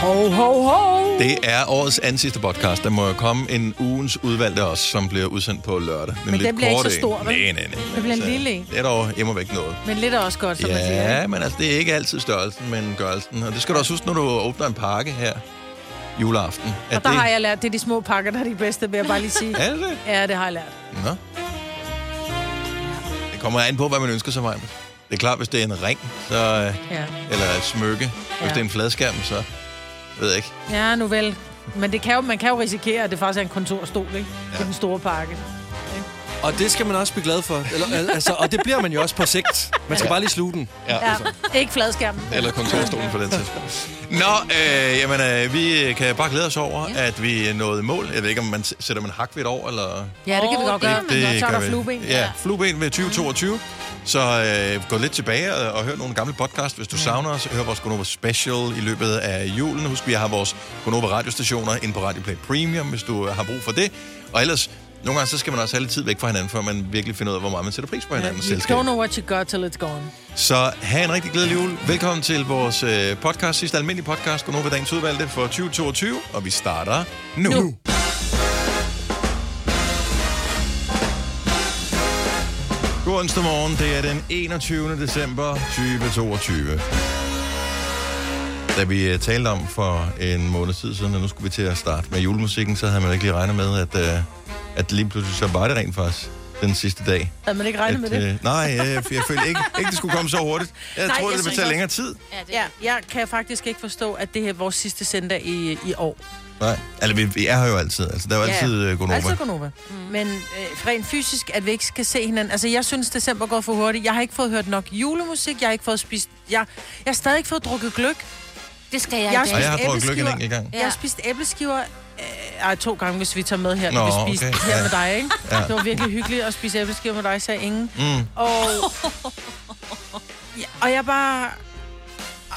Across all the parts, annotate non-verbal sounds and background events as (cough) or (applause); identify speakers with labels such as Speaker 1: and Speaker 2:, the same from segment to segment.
Speaker 1: Ho, ho, ho!
Speaker 2: Det er årets ansidste podcast. Der må jo komme en ugens udvalgte også, som bliver udsendt på lørdag.
Speaker 3: Men den bliver ikke så stor, vel?
Speaker 2: Nej, nej, nej.
Speaker 3: Det bliver en lille en.
Speaker 2: Det er dog imod væk noget.
Speaker 3: Men lidt er også godt, som man siger.
Speaker 2: Altså. Ja, men altså, det er ikke altid størrelsen, men gørelsen. Og det skal du også huske, når du åbner en pakke her juleaften.
Speaker 3: Og der har jeg lært, det er de små pakker, der er de bedste, vil jeg bare lige sige.
Speaker 2: (laughs) Er det det?
Speaker 3: Ja, det har jeg lært.
Speaker 2: Nå. Det kommer an på, hvad man ønsker sig, Maja. Det er klart, hvis det er en ring, så, øh,
Speaker 3: Ja.
Speaker 2: eller et smykke. Hvis
Speaker 3: Ja.
Speaker 2: det er en fladskærm, så ved jeg ikke.
Speaker 3: ja, nu vel. Men det kan jo, man kan jo risikere, at det faktisk er en kontorstol, ikke? Ja. den store pakke.
Speaker 4: Og det skal man også blive glad for. Eller, al- altså, og det bliver man jo også på sigt. Man skal bare lige sluge den.
Speaker 3: Ja,
Speaker 2: altså.
Speaker 3: ikke fladskærmen.
Speaker 2: Eller kontorstolen for den sags skyld. Nå, øh, jamen, øh, vi kan bare glæde os over, ja. at vi nåede i mål. Jeg ved ikke, om man s- sætter man hak ved et år, eller...
Speaker 3: Ja, det kan vi
Speaker 1: Åh,
Speaker 3: godt gøre.
Speaker 1: det-
Speaker 3: Det, det, så er
Speaker 2: gør
Speaker 3: der
Speaker 2: vi.
Speaker 3: flueben.
Speaker 2: Ja, flueben ved 2022. Så øh, gå lidt tilbage og, og hør nogle gamle podcast, hvis du ja. savner os. Hør vores Gonova Special i løbet af julen. Husk, vi har vores Gonova radiostationer inde på Radio Play Premium, hvis du øh, har brug for det. Og ellers, nogle gange så skal man også have lidt tid væk fra hinanden, før man virkelig finder ud af, hvor meget man sætter pris på hinandens ja,
Speaker 3: You
Speaker 2: selskab.
Speaker 3: don't know what you got till it's gone.
Speaker 2: Så have en rigtig glædelig jul. Velkommen til vores øh, podcast, sidste almindelige podcast, Gonova Dagens Udvalgte for 2022, og vi starter nu. nu. God onsdag morgen, det er den 21. december 2022. Da vi øh, talte om for en måned tid siden, at nu skulle vi til at starte med julemusikken, så havde man ikke lige regnet med, at, øh, at lige pludselig så var det rent faktisk den sidste dag.
Speaker 3: Havde man ikke regnet med det?
Speaker 2: Øh, nej, øh, for jeg følte ikke, ikke, det skulle komme så hurtigt.
Speaker 3: Nej,
Speaker 2: Jeg nej, troede,
Speaker 3: jeg
Speaker 2: det
Speaker 3: synes
Speaker 2: ville tage
Speaker 3: også-
Speaker 2: længere tid.
Speaker 1: Ja, det,
Speaker 3: Ja, jeg kan faktisk ikke forstå, at det her er vores sidste sender i, i år.
Speaker 2: Nej, altså vi, vi er her jo altid. Altså, der er jo altid øh, Gonova.
Speaker 3: Altid Gonova. Mm. Men øh, rent fysisk, at vi ikke skal se hinanden. Altså, jeg synes, december går for hurtigt. Jeg har ikke fået hørt nok julemusik. Jeg har ikke fået spist... Jeg, jeg har stadig ikke fået drukket gløk.
Speaker 1: det skal jeg,
Speaker 3: Jeg
Speaker 1: i
Speaker 2: Og
Speaker 1: dag.
Speaker 2: jeg har drukket
Speaker 3: æbleskiver.
Speaker 2: lykke en enkelt gang.
Speaker 3: Ja. Jeg har spist æbleskiver... Øh, ej, to gange, hvis vi tager med her,
Speaker 2: Nå,
Speaker 3: når vi spiste
Speaker 2: okay.
Speaker 3: okay. her
Speaker 2: Ja.
Speaker 3: med dig, ikke?
Speaker 2: Ja.
Speaker 3: Ja. Det var virkelig hyggeligt at spise æbleskiver med dig, sagde ingen.
Speaker 2: Mm.
Speaker 3: Og... ja, og jeg bare...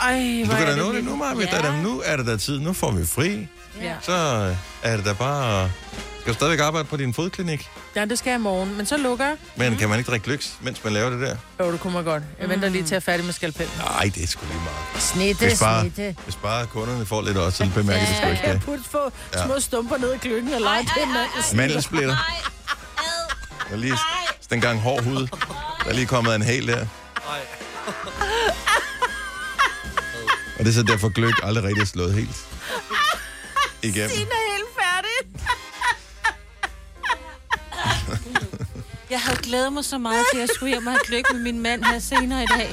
Speaker 3: Ej,
Speaker 2: Men Du
Speaker 3: hvor
Speaker 2: kan
Speaker 3: er
Speaker 2: da nå det
Speaker 3: vildt.
Speaker 2: nu, Maja.
Speaker 1: Ja.
Speaker 2: Ja. Nu er det da tid. Nu får vi fri.
Speaker 3: Ja.
Speaker 2: Så øh, er det da bare... øh, Skal du stadigvæk arbejde på din fodklinik?
Speaker 3: ja, det skal jeg i morgen. Men så lukker jeg.
Speaker 2: Men kan man ikke drikke lyks, mens man laver det der?
Speaker 3: Jo, det kunne man godt. Jeg venter lige til at jeg er færdig med skalpellen.
Speaker 2: Nej, det er sgu lige meget.
Speaker 1: Snitte,
Speaker 2: Hvis bare,
Speaker 1: snitte.
Speaker 2: hvis bare kunderne får lidt også, så bemærker de sgu ikke det.
Speaker 3: putte få
Speaker 2: Ja.
Speaker 3: små stumper ned i kløkken og lege det med.
Speaker 2: Mandelsplitter.
Speaker 1: Ej, ad.
Speaker 2: Der er lige sådan en gang hård hud. Der er lige kommet en hel der.
Speaker 3: er-
Speaker 2: Og det er så derfor gløk aldrig rigtig er slået helt igennem.
Speaker 3: er helt færdig. (laughs)
Speaker 5: Jeg havde glædet mig så meget til, at jeg skulle hjem og have lykke med min mand her senere i dag.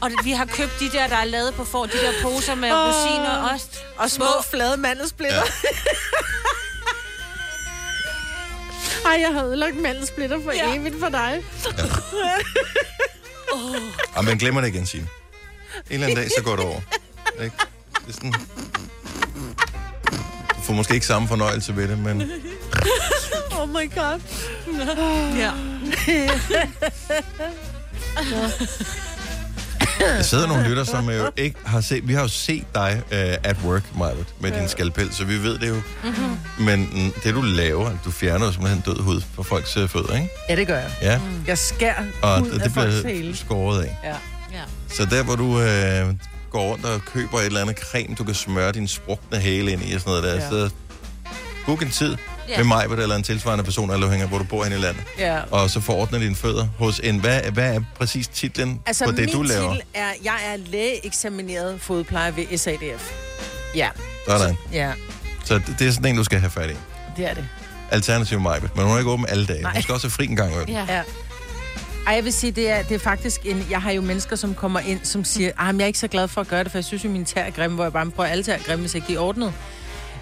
Speaker 5: Og vi har købt de der, der er lavet på for, de der poser med oh. rosiner og ost.
Speaker 3: Og små flade mandelsplitter. Ja. (laughs) Ej, jeg har ødelagt mandelsplitter for ja. evigt for dig. (laughs)
Speaker 2: Og man Ah, glemmer det igen, Signe. En eller anden dag, så går det over. Ikke? Det er sådan... Du får måske ikke samme fornøjelse ved det, men...
Speaker 3: Oh my god.
Speaker 5: Ja.
Speaker 2: Der sidder nogle lytter, som jo ikke har set... Vi har jo set dig uh, at work, Marvitt, med din skalpel, så vi ved det jo.
Speaker 3: Mhm.
Speaker 2: Mm-hmm. Men mm, det, du laver, du fjerner jo simpelthen død hud fra folks øh, fødder, ikke?
Speaker 3: Ja, det gør jeg. Mm.
Speaker 2: Ja,
Speaker 3: Jeg skærer
Speaker 2: og
Speaker 3: ud
Speaker 2: det,
Speaker 3: af
Speaker 2: det
Speaker 3: folks
Speaker 2: bliver
Speaker 3: hæle.
Speaker 2: skåret af.
Speaker 3: Ja.
Speaker 5: ja.
Speaker 2: Så der, hvor du øh, går rundt og køber et eller andet creme, du kan smøre din sprukne hæle ind i og sådan noget der,
Speaker 3: Ja.
Speaker 2: så book en tid
Speaker 5: Ja.
Speaker 2: med mig, eller en tilsvarende person, eller hænger, hvor du bor hen i landet,
Speaker 3: ja.
Speaker 2: og så forordner dine fødder hos en. Hvad, hvad er præcis titlen
Speaker 3: Altså,
Speaker 2: på det,
Speaker 3: min
Speaker 2: du laver?
Speaker 3: titel er, jeg er lægeeksamineret fodplejer ved SADF. Ja.
Speaker 2: Sådan.
Speaker 3: Ja,
Speaker 2: Så det, det er sådan en, du skal have fat i.
Speaker 3: det er det.
Speaker 2: Alternativ mig, men hun er ikke åben alle dage. Hun
Speaker 3: Nej.
Speaker 2: skal også have fri en gang. Ja.
Speaker 5: ja.
Speaker 3: Ja. Ej, jeg vil sige, det er, det er faktisk en... Jeg har jo mennesker, som kommer ind, som siger, at jeg er ikke så glad for at gøre det, for jeg synes jo, min tær er grimme, hvor jeg bare prøver alle tær er grimme, hvis ikke de er ordnet.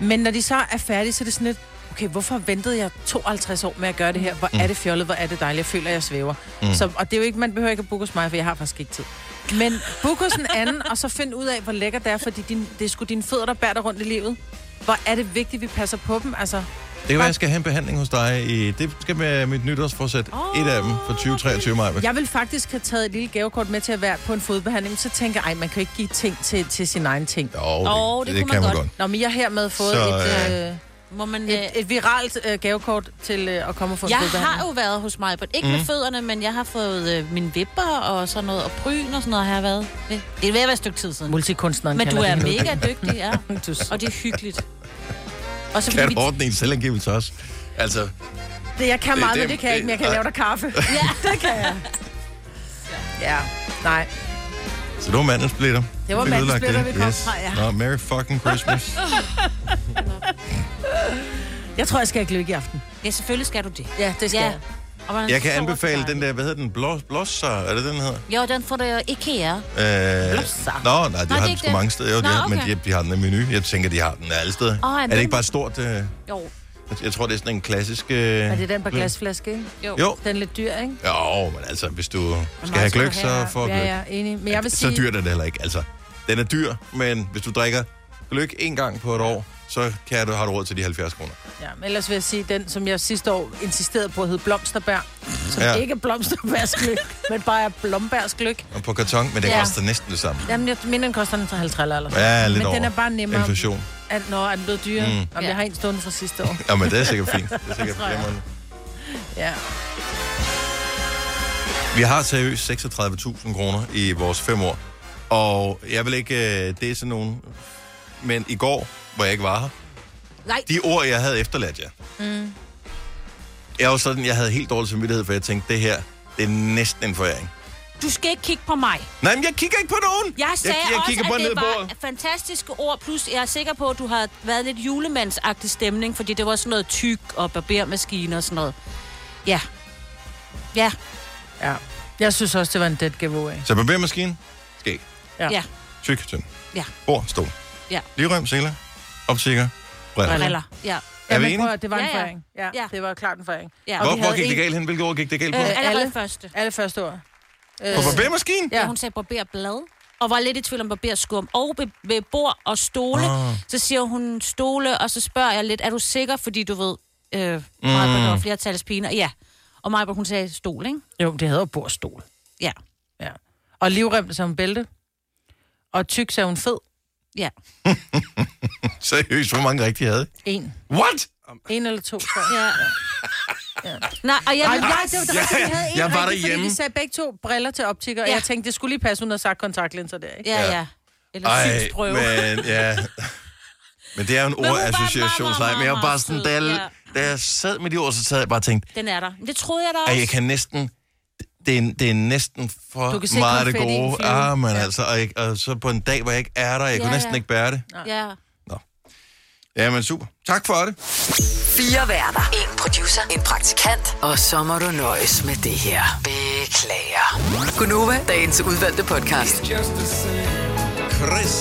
Speaker 3: Men når de så er færdige, så er det sådan lidt, okay, hvorfor ventede jeg 52 år med at gøre det her? Hvor er det fjollet, hvor er det dejligt, jeg føler, at jeg svæver. Mm. Så, og det er jo ikke, man behøver ikke at booke hos mig, for jeg har faktisk ikke tid. Men book hos en anden, og så find ud af, hvor lækker det er, fordi din, det er sgu dine fødder, der bærer dig rundt i livet. Hvor er det vigtigt, at vi passer på dem, altså.
Speaker 2: Det kan være, jeg skal have en behandling hos dig. I, det skal være mit nytårsforsæt. Oh, et af dem for 2023, Maja.
Speaker 3: Jeg vil faktisk have taget et lille gavekort med til at være på en fodbehandling, men så tænker jeg, "Ej, man kan ikke give ting til, til sin egen ting.
Speaker 2: Jo, det,
Speaker 5: Åh, det kunne man godt.
Speaker 3: Nå, men jeg har hermed fået
Speaker 2: Så,
Speaker 3: så, et... Øh,
Speaker 5: Må man, øh,
Speaker 3: Et, et viralt øh, gavekort til øh, at komme og få en
Speaker 5: jeg
Speaker 3: fodbehandling.
Speaker 5: har jo været hos mig, men
Speaker 2: Mhm.
Speaker 5: ikke mm. med fødderne, men jeg har fået øh, mine vipper og sådan noget, og bryn og sådan noget har jeg været ved. Det er ved at være et stykke tid siden.
Speaker 3: Multikunstneren
Speaker 5: Men du
Speaker 3: kalder
Speaker 5: er
Speaker 3: det nu.
Speaker 5: mega dygtig,
Speaker 3: (laughs)
Speaker 5: ja.
Speaker 3: Tus.
Speaker 5: Og det er hyggeligt. Og så
Speaker 2: Kan
Speaker 5: fordi
Speaker 2: du
Speaker 5: vi...
Speaker 2: ordne en selvangivelse også? Altså,
Speaker 3: Det, jeg kan
Speaker 2: Det-
Speaker 3: meget,
Speaker 2: det-
Speaker 3: men det kan jeg ikke, men jeg kan
Speaker 2: det-
Speaker 3: lave dig kaffe. Ja, (laughs) det kan jeg. Ja, nej.
Speaker 2: så du var mandelsplitter.
Speaker 3: Det var
Speaker 2: Fik udlagt
Speaker 3: mandelsplitter,
Speaker 2: det.
Speaker 3: vi kom fra, ja.
Speaker 2: Nå, Merry fucking
Speaker 3: (laughs)
Speaker 2: Christmas.
Speaker 3: Jeg tror, jeg skal have gløgg i aften.
Speaker 5: Ja, selvfølgelig skal du det.
Speaker 3: Ja, det skal
Speaker 5: Ja.
Speaker 3: jeg.
Speaker 5: Og man er
Speaker 2: Jeg kan
Speaker 5: så
Speaker 2: anbefale
Speaker 5: dejlig.
Speaker 2: den der, hvad hedder den? Blå, blåsser, er det den hedder?
Speaker 5: Jo, den får du jo ikke her.
Speaker 2: Øh,
Speaker 3: Blåsser.
Speaker 2: Nå, nej, de
Speaker 5: det er
Speaker 2: har den
Speaker 5: ikke
Speaker 2: sgu
Speaker 5: den.
Speaker 2: mange steder, jo, de
Speaker 5: Nå,
Speaker 2: har, men
Speaker 5: okay.
Speaker 2: de, de har den i menu. Jeg tænker, de har den alle steder.
Speaker 5: Åh, er
Speaker 2: er det
Speaker 5: den-
Speaker 2: ikke bare et stort... Øh, jeg,
Speaker 5: Jo,
Speaker 2: jeg tror, det er sådan en klassisk... Øh,
Speaker 3: Er det den på glasflaske, ikke?
Speaker 5: jo.
Speaker 2: Jo.
Speaker 3: Den er lidt dyr, ikke?
Speaker 2: Jo, men altså, hvis du skal
Speaker 5: meget
Speaker 2: have
Speaker 5: skal
Speaker 2: gløk,
Speaker 5: du
Speaker 2: så
Speaker 5: have?
Speaker 2: får du
Speaker 3: Ja,
Speaker 2: gløk.
Speaker 3: ja, enig. Men jeg vil
Speaker 2: Så
Speaker 3: sige...
Speaker 2: dyrt er det heller ikke. Altså, den er dyr, men hvis du drikker gløk en gang på et år, så kan du, har du råd til de 70 kroner.
Speaker 3: Ja, men ellers vil jeg sige, den, som jeg sidste år insisterede på, hed blomsterbær. Som
Speaker 2: Ja.
Speaker 3: ja. ikke er
Speaker 2: (laughs)
Speaker 3: blomsterbærsgløk, men bare er blombærsgløk.
Speaker 2: Og på karton, men det
Speaker 3: Ja.
Speaker 2: koster næsten det samme.
Speaker 3: Jamen, jeg mener, den koster den til 50 eller sådan.
Speaker 2: Ja, lidt
Speaker 3: Men
Speaker 2: over
Speaker 3: den er bare nemmere.
Speaker 2: Inflation.
Speaker 3: At, nå, er den blevet dyrere? Mm. Jamen,
Speaker 5: Ja.
Speaker 3: jeg har en stående fra sidste
Speaker 2: (laughs)
Speaker 3: år.
Speaker 2: Ja, men det er sikkert
Speaker 3: (laughs)
Speaker 2: fint. Det er sikkert glimrende.
Speaker 3: Ja.
Speaker 2: Vi har seriøst 36.000 kroner i vores fem år. Og jeg vil ikke, øh, det er sådan nogen... Men i går, hvor jeg ikke var her,
Speaker 5: Nej.
Speaker 2: de ord, jeg havde efterladt jer. Mm. Jeg var sådan, jeg havde helt dårlig samvittighed, for jeg tænkte, det her, det er næsten en foræring.
Speaker 5: Du skal ikke kigge på mig.
Speaker 2: Nej, men jeg kigger ikke på nogen!
Speaker 5: Jeg sagde
Speaker 2: jeg, jeg kigger
Speaker 5: også,
Speaker 2: bare
Speaker 5: at
Speaker 2: ned
Speaker 5: det
Speaker 2: på
Speaker 5: var
Speaker 2: bordet.
Speaker 5: fantastiske ord, plus jeg er sikker på, at du har været lidt julemandsagtig stemning, fordi det var sådan noget tyk og barbermaskine og sådan noget. Ja. Ja,
Speaker 3: ja. Jeg synes også, det var en dead giveaway.
Speaker 2: Så barbermaskinen, skæg,
Speaker 3: Ja.
Speaker 5: ja,
Speaker 2: tyk, tynd,
Speaker 5: ja,
Speaker 2: bord, stol.
Speaker 5: Ja.
Speaker 2: Livrem, seler, optikker, briller.
Speaker 3: Briller.
Speaker 5: briller. Ja.
Speaker 2: Er vi
Speaker 3: men
Speaker 2: enige?
Speaker 3: prøv at- det var en
Speaker 5: Ja, ja.
Speaker 3: foræring. Ja,
Speaker 5: Ja.
Speaker 3: det var klart en foræring.
Speaker 5: Ja.
Speaker 3: Og
Speaker 2: Hvor,
Speaker 3: vi
Speaker 2: hvor
Speaker 3: havde
Speaker 2: gik det
Speaker 3: en-
Speaker 2: galt hen? Hvilket år gik det galt på?
Speaker 3: Øh,
Speaker 5: Allerede
Speaker 3: alle-
Speaker 5: første.
Speaker 3: Alle første år.
Speaker 2: på barbermaskinen?
Speaker 5: ja.
Speaker 3: Ja.
Speaker 5: hun sagde barberblad, og var lidt i tvivl om barberskum, og ved, ved bord og stole,
Speaker 2: Ah.
Speaker 5: ah. så siger hun stole, og så spørger jeg lidt, er du sikker, fordi du ved, øh, mm. der var flertalspiner, ja. Og Majbert, hun sagde stol, ikke?
Speaker 3: Jo, det havde jo bordstol.
Speaker 5: Ja,
Speaker 3: Ja. Og livrem som bælte. Og tyk, så er hun fed.
Speaker 5: ja.
Speaker 2: (laughs) Seriøst, hvor mange rigtige havde?
Speaker 3: En.
Speaker 2: What?
Speaker 3: En eller to, tror jeg.
Speaker 5: ja. Nej, og jeg,
Speaker 3: Ej,
Speaker 5: vil,
Speaker 3: nej, det var det rigtige. Vi havde en
Speaker 2: Jeg var
Speaker 3: rigtig,
Speaker 2: derhjemme.
Speaker 3: Fordi de sagde begge to briller til optikker, ja. og
Speaker 5: Ja.
Speaker 3: jeg tænkte, det skulle lige passe, hun havde sagt kontaktlinser der, ikke?
Speaker 5: ja,
Speaker 2: Ja.
Speaker 5: ja. Eller
Speaker 2: Ej,
Speaker 5: synsprøve.
Speaker 3: (laughs)
Speaker 2: men ja. Men det er jo en
Speaker 5: var
Speaker 2: ordassociationslej.
Speaker 5: meget,
Speaker 2: Men jeg var
Speaker 5: meget,
Speaker 2: bare
Speaker 5: meget
Speaker 2: sådan,
Speaker 5: sød,
Speaker 2: da jeg,
Speaker 5: ja.
Speaker 2: da jeg sad med de ord, så sad jeg bare og tænkte,
Speaker 5: Den er der. Men Det troede jeg da også.
Speaker 2: at jeg kan næsten... Det er, det er næsten
Speaker 3: Du kan se
Speaker 2: for meget af det
Speaker 3: konfettien
Speaker 2: gode.
Speaker 3: flyve.
Speaker 2: Ah, men altså, og, jeg, og så på en dag, hvor jeg ikke er der, jeg ja, kunne
Speaker 5: Ja,
Speaker 2: næsten
Speaker 5: ja.
Speaker 2: ikke bære det.
Speaker 5: Ja.
Speaker 2: Jamen, super. Tak for det.
Speaker 6: Fire værter. En producer. En praktikant. Og så må du nøjes med det her. Beklager. Gunova, dagens udvalgte podcast.
Speaker 2: Chris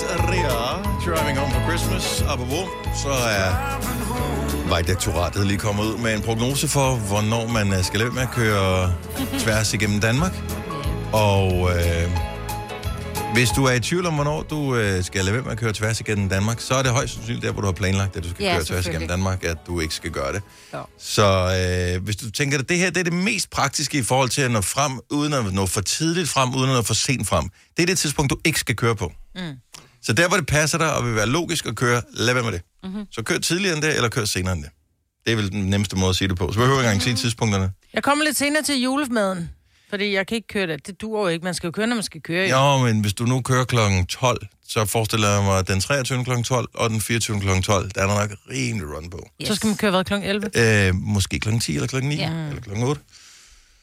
Speaker 2: Rea, Driving Home for Christmas. Apropos, så er Vejdirektoratet lige kommet ud med en prognose for, hvornår man øh, skal lade være med at køre tværs igennem Danmark. Og øh, hvis du er i tvivl om, hvornår du øh, skal lade være med at køre tværs igennem Danmark, så er det højst sandsynligt der, hvor du har planlagt, at du skal
Speaker 5: Ja,
Speaker 2: ja, køre tværs
Speaker 5: selvfølgelig.
Speaker 2: igennem Danmark, at du ikke skal gøre det. Ja. Så øh, hvis du tænker, at det her det er det mest praktiske i forhold til at nå frem, uden at nå for tidligt frem, uden at nå for sent frem, det er det tidspunkt, du ikke skal køre på. Så der, hvor det passer dig og vil være logisk at køre, lad være med det.
Speaker 3: Mhm.
Speaker 2: Mm-hmm. Så kør tidligere end det, eller kør senere end det. Det er vel den nemmeste måde at sige det på. Så behøver jeg ikke engang sige
Speaker 3: Mhm.
Speaker 2: tidspunkterne.
Speaker 3: Jeg kommer lidt senere til julemaden, fordi jeg kan ikke køre det. Det duer jo ikke. Man skal jo køre, når man skal køre. Jo.
Speaker 2: Jo, men hvis du nu kører kl. 12, så forestiller jeg mig at den 23. kl. 12 og den 24. kl. 12. Der er der nok rimelig run på.
Speaker 3: Så skal man køre hvad, kl. 11?
Speaker 2: Øh, måske kl. 10 eller kl. 9 ja. eller kl. 8.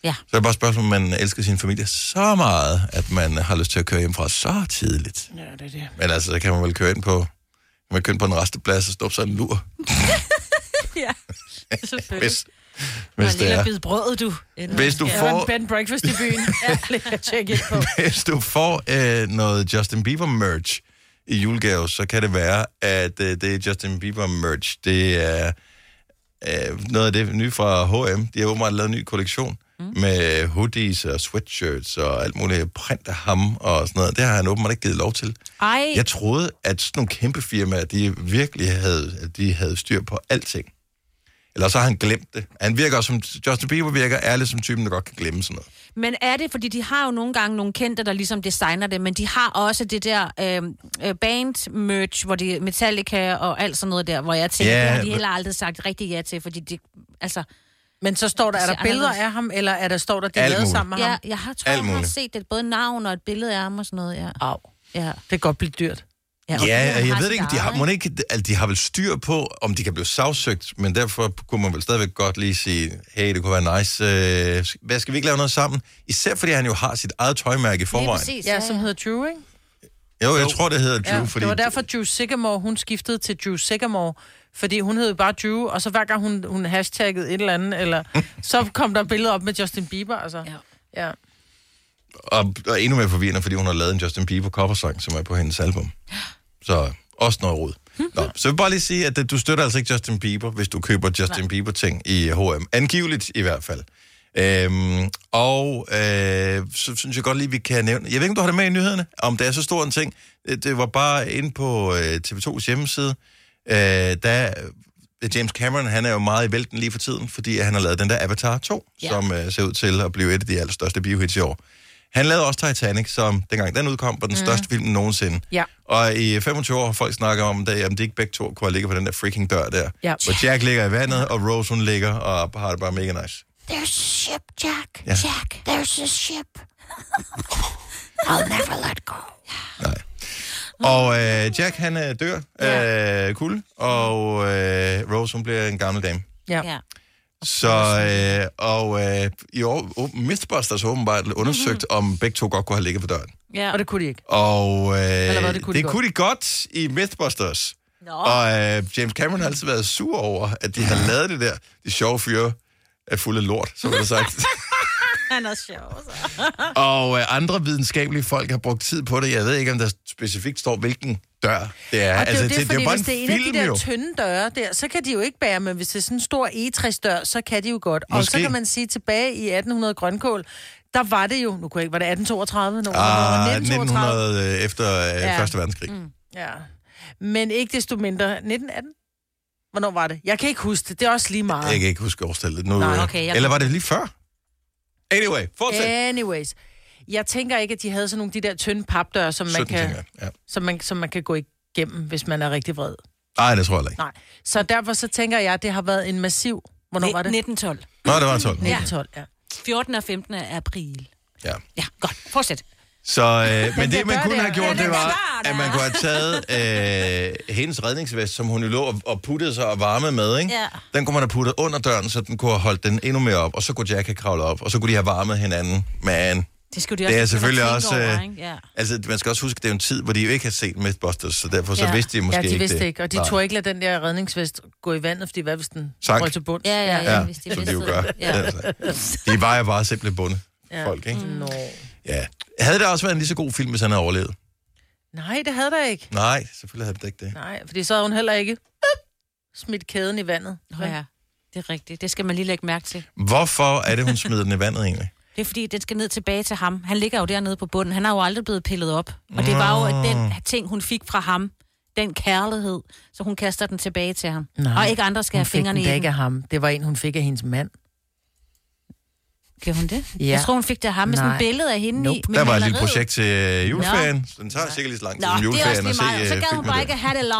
Speaker 5: Ja.
Speaker 2: Så er det bare et spørgsmål, om man elsker sin familie så meget, at man har lyst til at køre hjem fra så tidligt.
Speaker 3: Ja, det er det.
Speaker 2: Men altså, så kan man vel køre ind på, man kan køre ind på en resteplads og stoppe sig en lur,
Speaker 5: ja. Selvfølgelig.
Speaker 2: hvis, hvis det er.
Speaker 5: bid brød, du.
Speaker 2: Hvis du
Speaker 3: Jeg har en
Speaker 2: får
Speaker 3: bed and breakfast i byen. ja, lige at tjekke ind på.
Speaker 2: (laughs) hvis du får øh, noget Justin Bieber merch i julegave, så kan det være, at øh, det er Justin Bieber merch. Det er øh, noget af det nye fra H&M. De har åbenbart lavet en ny kollektion mm. med hoodies og sweatshirts og alt muligt print af ham og sådan noget. Det har han åbenbart ikke givet lov til.
Speaker 5: Ej,
Speaker 2: Jeg troede, at sådan nogle kæmpe firmaer, de virkelig havde, at de havde styr på alting. Eller så har han glemt det. Han virker også som, Justin Bieber virker ærligt som typen, der godt kan glemme sådan noget.
Speaker 5: Men er det, fordi de har jo nogle gange nogle kendte, der ligesom designer det, men de har også det der øh, øh, band-merch, hvor de Metallica og alt sådan noget der, hvor jeg tænker,
Speaker 2: Ja,
Speaker 5: yeah, det har de
Speaker 2: men-
Speaker 5: heller aldrig sagt rigtig ja til, fordi de, altså...
Speaker 3: Men så står der, er
Speaker 5: Det
Speaker 3: der
Speaker 5: ser
Speaker 3: billeder
Speaker 5: anderledes.
Speaker 3: af ham, eller er der står der, de er
Speaker 2: Alt
Speaker 3: lavet
Speaker 2: muligt.
Speaker 3: sammen med
Speaker 5: Ja,
Speaker 3: ham?
Speaker 5: jeg har, tror,
Speaker 2: Alt
Speaker 5: jeg har
Speaker 2: muligt.
Speaker 5: set et både navn og et billede af ham og sådan noget, ja.
Speaker 3: Au.
Speaker 5: Ja,
Speaker 3: Det kan godt blive dyrt.
Speaker 5: ja, og
Speaker 2: Ja,
Speaker 5: han
Speaker 2: jeg
Speaker 5: har
Speaker 2: ved
Speaker 5: sit
Speaker 2: det ikke, de har,
Speaker 5: eget,
Speaker 2: må ikke, altså, de har vel styr på, om de kan blive sagsøgt, men derfor kunne man vel stadigvæk godt lige sige, hey, det kunne være nice, øh, hvad skal vi ikke lave noget sammen? Især fordi han jo har sit eget tøjmærke i
Speaker 5: Lige
Speaker 2: forvejen.
Speaker 5: præcis,
Speaker 3: Ja, som hedder Drew, ikke?
Speaker 2: Jo, jeg tror, det hedder Drew,
Speaker 3: Ja,
Speaker 2: fordi...
Speaker 3: det var derfor Drew Sigamore, hun skiftede til Drew Sigamore, fordi hun hed jo bare Drew, og så hver gang hun, hun hashtaggede et eller andet,
Speaker 2: (laughs)
Speaker 3: eller, så kom der billeder op med Justin Bieber, altså. Ja. ja.
Speaker 2: Og, og endnu mere forvirrende, fordi hun har lavet en Justin Bieber coversang, som er på hendes album. Så også noget rod. Nå, så jeg vil bare lige sige, at øh, du støtter altså ikke Justin Bieber, hvis du køber Justin Bieber-ting i H&M. Angiveligt i hvert fald. Øhm, og øh, så synes jeg godt lige, vi kan nævne... Jeg ved ikke, om du har det med i nyhederne, om det er så stor en ting. Øh, Det var bare inde på øh, TV2's hjemmeside. Øh, der, øh, James Cameron, han er jo meget i vælten lige for tiden, fordi han har lavet den der Avatar 2, ja. som øh, ser ud til at blive et af de allerstørste biohits i år. Han lavede også Titanic, som dengang den udkom, var den mm. største film nogensinde.
Speaker 3: Ja.
Speaker 2: Og i 25 år har folk snakket om, at jamen, de ikke begge to kunne have ligget på den der freaking dør der.
Speaker 3: Ja.
Speaker 2: Hvor Jack ligger i vandet, og Rose hun ligger og har det bare mega nice.
Speaker 1: There's a ship, Jack.
Speaker 2: Ja.
Speaker 1: Jack, there's a ship.
Speaker 3: (laughs)
Speaker 1: I'll never let go.
Speaker 2: Og øh, Jack, han øh, dør af øh, kulde, og øh, Rose, hun bliver en gammel dame.
Speaker 3: ja.
Speaker 5: Ja.
Speaker 2: Så, øh, og øh, i år, åben- Mythbusters har åbenbart undersøgt, mm-hmm. om begge to godt kunne have ligget på døren.
Speaker 5: Ja.
Speaker 3: Og det kunne de ikke.
Speaker 2: Og øh,
Speaker 3: hvad, det kunne de
Speaker 2: det
Speaker 3: godt.
Speaker 2: kunne de godt i Mythbusters.
Speaker 5: Nå.
Speaker 2: Og øh, James Cameron har altid været sur over, at de har lavet det der. De sjove fyre er fulde af lort, som man har sagt.
Speaker 5: (laughs) Han er sjov, altså. så.
Speaker 2: og øh, andre videnskabelige folk har brugt tid på det. Jeg ved ikke, om der specifikt står, hvilken dør det er. Altså,
Speaker 3: Og det er jo det, fordi
Speaker 2: det, det er bare
Speaker 3: hvis det er en af de
Speaker 2: en film,
Speaker 3: der
Speaker 2: jo.
Speaker 3: tynde døre der, så kan de jo ikke bære, men hvis det er sådan en stor egetræsdør, så kan de jo godt. Måske. Og så
Speaker 2: Måske.
Speaker 3: kan man sige, tilbage i 1800 Grønkål, der var det jo, nu kunne jeg ikke, var det 1832? Nogen,
Speaker 2: Ah,
Speaker 3: 1932.
Speaker 2: 1900 øh, efter øh,
Speaker 3: Ja.
Speaker 2: ja. Første verdenskrig. Mm.
Speaker 3: Ja. Men ikke desto mindre, 1918? Hvornår var det? Jeg kan ikke huske det, det er også lige meget.
Speaker 2: Jeg kan ikke huske årstallet. Nu,
Speaker 3: Ah. Nej,
Speaker 2: øh,
Speaker 5: okay, jeg-
Speaker 2: Eller var det lige før? Anyway, fortsæt. Øh,
Speaker 3: Anyways. Jeg tænker ikke, at de havde sådan nogle af de der tynde papdøre, som man,
Speaker 2: 17
Speaker 3: kan,
Speaker 2: kan... ja.
Speaker 3: som, man, som man kan gå igennem, hvis man er rigtig vred.
Speaker 2: Nej, det tror jeg heller ikke.
Speaker 3: Nej. Så derfor så tænker jeg, at det har været en massiv... Hvornår var det?
Speaker 5: 1912.
Speaker 2: Nå, det var 12. Ja.
Speaker 3: 1912, ja.
Speaker 5: 14. og 15. april.
Speaker 2: ja.
Speaker 5: Ja, godt. Fortsæt. (laughs)
Speaker 2: Så, øh, men
Speaker 3: der
Speaker 2: det, man
Speaker 3: dør
Speaker 2: kunne
Speaker 3: der.
Speaker 2: have gjort,
Speaker 5: Ja,
Speaker 2: det
Speaker 5: den der
Speaker 2: var,
Speaker 5: dør
Speaker 2: at man
Speaker 5: der.
Speaker 2: kunne have taget øh, hendes redningsvest, som hun jo lå og, og puttede sig og varmede med, ikke?
Speaker 5: Ja.
Speaker 2: Den kunne man have puttet under døren, så den kunne have holdt den endnu mere op, og så kunne Jack have kravlet op, og så kunne de have varmet hinanden. Men
Speaker 5: Det skulle de
Speaker 2: det
Speaker 5: også
Speaker 2: er
Speaker 5: begynde
Speaker 2: selvfølgelig
Speaker 5: at
Speaker 2: også...
Speaker 5: tænke
Speaker 2: Øh,
Speaker 5: over, ikke? Ja.
Speaker 2: altså, man skal også huske, at det er jo en tid, hvor de jo ikke har set Mythbusters, så derfor så
Speaker 5: Ja.
Speaker 2: vidste de måske
Speaker 3: ja, de
Speaker 2: ikke
Speaker 3: vidste
Speaker 2: det.
Speaker 3: ikke, og de
Speaker 2: Nej.
Speaker 3: tog ikke lade den der redningsvest gå i vandet, fordi hvad hvis den
Speaker 2: Sank.
Speaker 3: røg til bund?
Speaker 5: Ja, ja, ja.
Speaker 2: Ja,
Speaker 5: hvis de
Speaker 2: som de
Speaker 5: vidste
Speaker 2: jo
Speaker 5: det.
Speaker 2: gør.
Speaker 5: Ja.
Speaker 2: Ja. Altså, de var jo bare simpelthen bunde
Speaker 3: (laughs) Ja.
Speaker 2: folk, ikke?
Speaker 3: Nå.
Speaker 2: Ja. Havde det også været en lige så god film, hvis han havde overlevet?
Speaker 3: Nej, det havde der ikke.
Speaker 2: Nej, selvfølgelig havde det ikke det.
Speaker 3: Nej, fordi så havde hun heller ikke øh, smidt kæden i vandet.
Speaker 5: Nå ja, det er rigtigt. Det skal man lige lægge mærke til.
Speaker 2: Hvorfor er det, hun smider den i vandet egentlig?
Speaker 5: Det er fordi, den skal ned tilbage til ham. Han ligger jo dernede på bunden. Han er jo aldrig blevet pillet op. Og det var jo at
Speaker 3: Mm.
Speaker 5: den ting, hun fik fra ham. Den kærlighed. Så hun kaster den tilbage til ham.
Speaker 3: Nej,
Speaker 5: Nej, og ikke andre skal have
Speaker 3: Hun fik den
Speaker 5: fingrene i
Speaker 3: da ikke
Speaker 5: den.
Speaker 3: af ham. Det var en, hun fik af hendes mand.
Speaker 5: Kan hun det?
Speaker 3: Ja.
Speaker 5: Jeg tror, hun fik det af ham med sådan
Speaker 3: Nej.
Speaker 5: et billede af hende
Speaker 3: Nope.
Speaker 5: i. med
Speaker 2: Der var et lille
Speaker 5: maleriet.
Speaker 2: projekt til øh, juleferien, så den tager sikkert lige så lang tid
Speaker 5: Nå,
Speaker 2: som
Speaker 5: det er også
Speaker 2: juleferien at
Speaker 5: lige
Speaker 2: se
Speaker 5: meget. Så
Speaker 2: øh,
Speaker 5: gad hun
Speaker 2: filmen
Speaker 5: bare
Speaker 2: der.
Speaker 5: ikke at have det
Speaker 2: (laughs)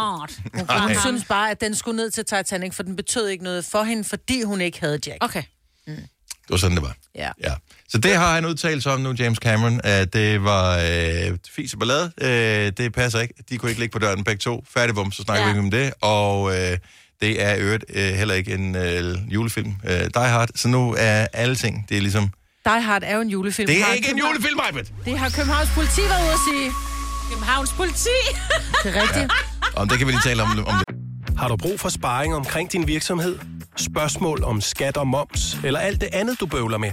Speaker 5: lort.
Speaker 3: Hun
Speaker 5: Nej.
Speaker 3: synes bare, at den skulle ned til Titanic, for den betød ikke noget for hende, fordi hun ikke havde Jack.
Speaker 5: Okay.
Speaker 2: Det var sådan, det var.
Speaker 3: Ja.
Speaker 2: Ja. Så det har han udtalt sig om nu, James Cameron, at det var øh, fis og ballade. Øh, det passer ikke. De kunne ikke ligge på døren begge to. Færdig, bum, så snakker ja.
Speaker 5: Ja.
Speaker 2: vi ikke om det. Og øh, det er i øvrigt øh, heller ikke en øh, julefilm. Øh, Die Hard. Så nu er alle ting, det er ligesom...
Speaker 3: Die Hard er jo en julefilm.
Speaker 2: Det er
Speaker 3: Har
Speaker 2: ikke en
Speaker 3: København-
Speaker 2: julefilm, Majbet!
Speaker 3: Det har Københavns politi været ude at sige.
Speaker 5: Københavns politi.
Speaker 3: Det er rigtigt.
Speaker 2: Om det kan vi lige tale om, om lidt.
Speaker 7: Har du brug for sparring omkring din virksomhed? Spørgsmål om skat og moms, eller alt det andet, du bøvler med?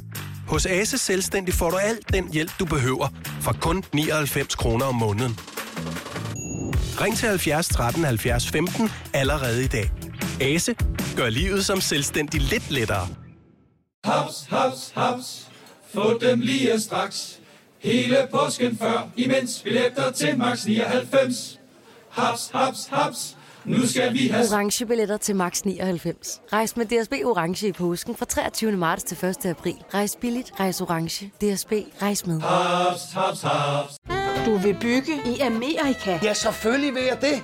Speaker 7: Hos Ase Selvstændig får du alt den hjælp, du behøver, for kun 99 kroner om måneden. Ring til 70 13 70 15 allerede i dag. Ase gør livet som selvstændig lidt lettere.
Speaker 8: Haps, haps, haps. Få dem lige straks. Hele påsken før, imens vi læfter til max 99. Haps, haps, haps. Nu skal vi have
Speaker 9: Orange billetter til max 99. Rejs med DSB Orange i påsken fra 23. marts til 1. april. Rejs billigt, rejs orange. DSB, rejs med.
Speaker 8: haps, haps, haps.
Speaker 10: Du vil bygge i Amerika? Ja, selvfølgelig vil jeg det.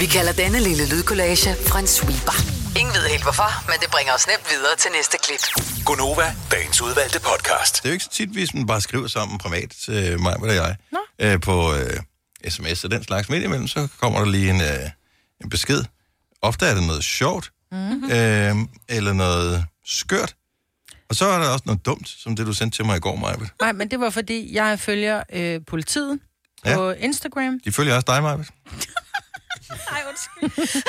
Speaker 6: Vi kalder denne lille lydkollage en sweeper. Ingen ved helt hvorfor, men det bringer os nemt videre til næste klip.
Speaker 11: Gonova, dagens udvalgte podcast.
Speaker 2: Det er jo ikke så tit, hvis man bare skriver sammen privat, øh, mig og jeg, øh, på øh, sms og den slags midt imellem, så kommer der lige en, øh, en besked. Ofte er det noget sjovt, mm-hmm. øh, eller noget skørt, og så er der også noget dumt, som det, du sendte til mig i går, Maja.
Speaker 3: Nej, men det var fordi, jeg følger øh, politiet
Speaker 2: Ja.
Speaker 3: ja. på
Speaker 2: (laughs)
Speaker 3: Instagram.
Speaker 2: De følger også dig, Maja.
Speaker 3: Nej, undskyld.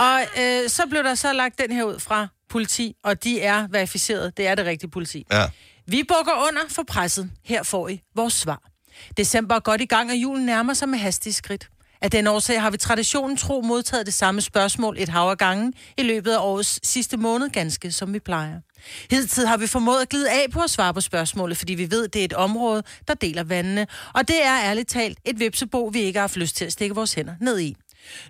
Speaker 3: og øh, så blev der så lagt den her ud fra politi, og de er verificeret. Det er det rigtige politi.
Speaker 2: Ja.
Speaker 3: Vi bukker under for presset. Her får I vores svar. December er godt i gang, og julen nærmer sig med hastige skridt. Af den årsag har vi traditionen tro modtaget det samme spørgsmål et hav af gange i løbet af årets sidste måned, ganske som vi plejer. Hidtid har vi formået at glide af på at svare på spørgsmålet, fordi vi ved, det er et område, der deler vandene, og det er ærligt talt et vipsebo, vi ikke har haft lyst til at stikke vores hænder ned i.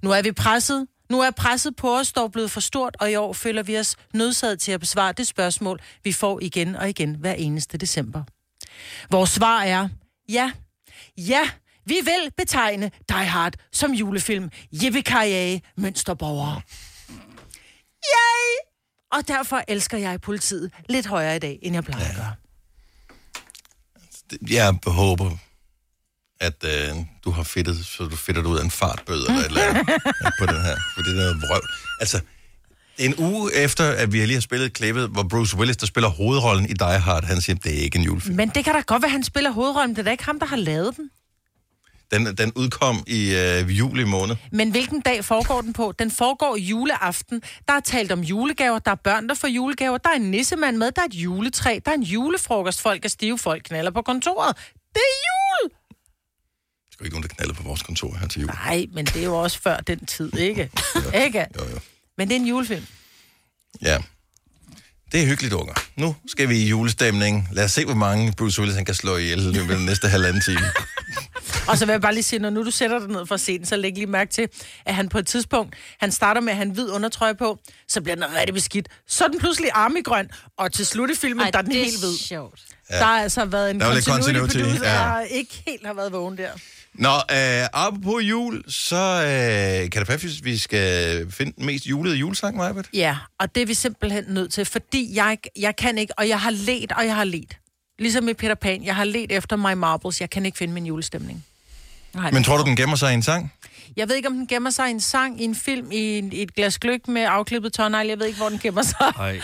Speaker 3: Nu er vi presset. Nu er presset på os dog blevet for stort, og i år føler vi os nødsaget til at besvare det spørgsmål, vi får igen og igen hver eneste december. Vores svar er, ja, ja, vi vil betegne Die Hard som julefilm. Jippie mønsterborgere. Yay! Og derfor elsker jeg politiet lidt højere i dag, end jeg plejer at gøre.
Speaker 2: Jeg håber, at øh, du har fedtet, så du fedter det ud af en fartbøde eller et eller andet ja, på den her. For det er noget vrøvl. Altså, en uge efter, at vi lige har spillet klippet, hvor Bruce Willis, der spiller hovedrollen i Die Hard, han siger, det er ikke en julefilm.
Speaker 3: Men det kan da godt være, han spiller hovedrollen. Det er da ikke ham, der har lavet den.
Speaker 2: Den, den udkom i øh, juli måned.
Speaker 3: Men hvilken dag foregår den på? Den foregår juleaften. Der er talt om julegaver, der er børn, der får julegaver, der er en nissemand med, der er et juletræ, der er en julefrokost, folk er stive, folk knaller på kontoret. Det er jul!
Speaker 2: Der er ikke nogen, der knalder på vores kontor her til jul.
Speaker 3: Nej, men det er jo også før den tid, ikke? ikke? (laughs) Jo,
Speaker 2: jo.
Speaker 3: Men det er en julefilm.
Speaker 2: Ja. Det er hyggeligt, unger. Nu skal vi i julestemning. Lad os se, hvor mange Bruce Willis han kan slå ihjel i løbet af den næste halvanden time.
Speaker 3: Og så vil jeg bare lige sige, når nu du sætter dig ned for at se den, så læg lige mærke til, at han på et tidspunkt, han starter med at have en hvid undertrøje på, så bliver den rigtig beskidt. Så er den pludselig armigrøn, og til slut i filmen, Ej, der er den
Speaker 5: det er
Speaker 3: helt hvid.
Speaker 5: sjovt.
Speaker 2: Ja.
Speaker 3: Ja. Der har altså været en
Speaker 2: Der var lidt
Speaker 3: continuity
Speaker 2: continuity,
Speaker 3: producer,
Speaker 2: ja.
Speaker 3: der ikke helt har været vågen der.
Speaker 2: Nå, øh, apropos jul, så øh, kan det faktisk, at vi skal finde den mest julede julesang, Majbet?
Speaker 3: Ja, og det er vi simpelthen nødt til, fordi jeg, ikke- jeg kan ikke, og jeg har let, og jeg har let. Ligesom med Peter Pan, jeg har let efter My Marbles, jeg kan ikke finde min julestemning. Nej,
Speaker 2: Men tror du, den gemmer sig i en sang?
Speaker 3: Jeg ved ikke, om den gemmer sig i en sang, i en film, i, en, i et glas gløk med afklippet tårnegl. Jeg ved ikke, hvor den gemmer
Speaker 2: (laughs)
Speaker 3: sig.
Speaker 2: Nej.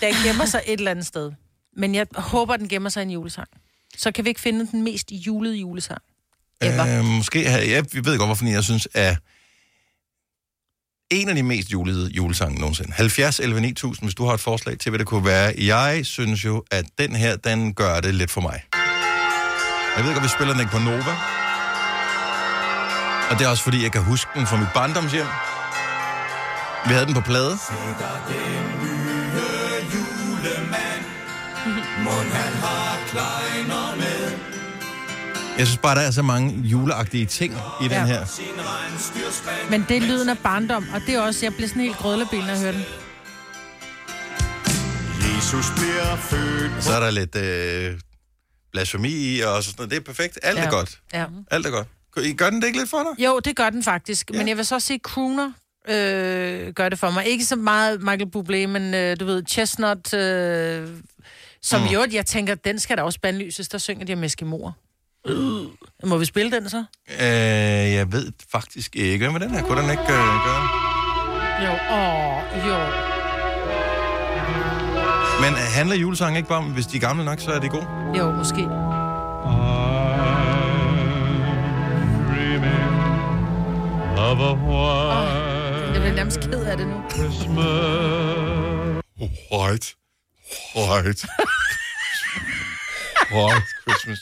Speaker 3: Den gemmer sig et eller andet sted. Men jeg håber, den gemmer sig i en julesang. Så kan vi ikke finde den mest julede julesang.
Speaker 2: Øh, måske, har- ja, vi ved godt, hvorfor jeg synes, er en af de mest julede julesange nogensinde. 70 11 9000, hvis du har et forslag til, hvad det kunne være. Jeg synes jo, at den her, den gør det lidt for mig. Jeg ved godt, vi spiller den ikke på Nova. Og det er også fordi, jeg kan huske den fra mit barndomshjem. Vi havde den på plade.
Speaker 8: julemand. Mon han har kleiner med.
Speaker 2: Jeg synes bare, der er så mange juleagtige ting i den
Speaker 3: Ja.
Speaker 2: her.
Speaker 8: Sin regnstyrspand.
Speaker 3: Men det er lyden af barndom, og det er også, jeg bliver sådan helt grødlebil, når jeg hører den.
Speaker 8: Jesus bliver født.
Speaker 2: Så er der lidt øh, blasfemi i, og sådan noget. Det er perfekt. Alt er
Speaker 3: Ja.
Speaker 2: godt.
Speaker 3: Ja.
Speaker 2: Alt er godt. I Gør den det ikke lidt for dig?
Speaker 3: Jo, det gør den faktisk. Ja. Men jeg vil så sige, Crooner øh, gør det for mig. Ikke så meget Michael Bublé, men øh, du ved, Chestnut, øh, som
Speaker 2: Mm.
Speaker 3: mm. jo, jeg tænker, den skal da også bandlyses. Der synger de om Eskimoer. Øh. Må vi spille den så?
Speaker 2: Øh, jeg ved faktisk ikke. Hvad med den her? Kunne den ikke øh, gøre?
Speaker 3: (laughs) Jo, åh, jo.
Speaker 2: Men øh, handler julesangen ikke bare om, hvis de er gamle nok, så er det god?
Speaker 3: Jo, måske.
Speaker 8: I
Speaker 12: of a white
Speaker 3: Jeg bliver nærmest ked af det nu.
Speaker 12: Christmas.
Speaker 2: White.
Speaker 8: (laughs)
Speaker 2: White. White Christmas.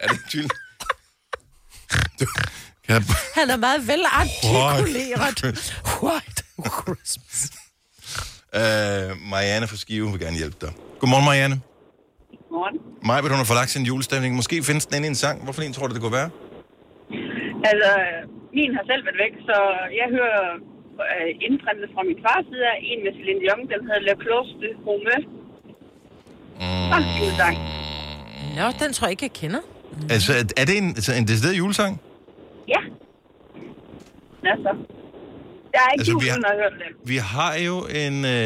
Speaker 2: Er det ikke tydeligt? Du- Kan jeg...
Speaker 3: Han er meget velartikuleret.
Speaker 2: Christmas.
Speaker 3: White Christmas.
Speaker 2: Øh, Marianne fra Skive vil gerne hjælpe dig. Godmorgen, Marianne.
Speaker 13: Morgen.
Speaker 2: Maja, vil hun have forlagt sin julestemning? Måske findes den inde i en sang. Hvorfor en tror du, det kunne være?
Speaker 13: Altså, min har selv været væk, så jeg hører øh, indprintet fra min fars side af en med Celine Dion, den hedder Le Clos de Rome. Mm. Og en sang.
Speaker 3: Nå, den tror jeg ikke, jeg kender.
Speaker 2: Altså, er- er det en, altså, en decideret julesang?
Speaker 13: Ja. Ja, så. Der er ikke
Speaker 2: Altså,
Speaker 13: altså,
Speaker 2: vi har-
Speaker 13: jul, når jeg hører den.
Speaker 2: Vi har jo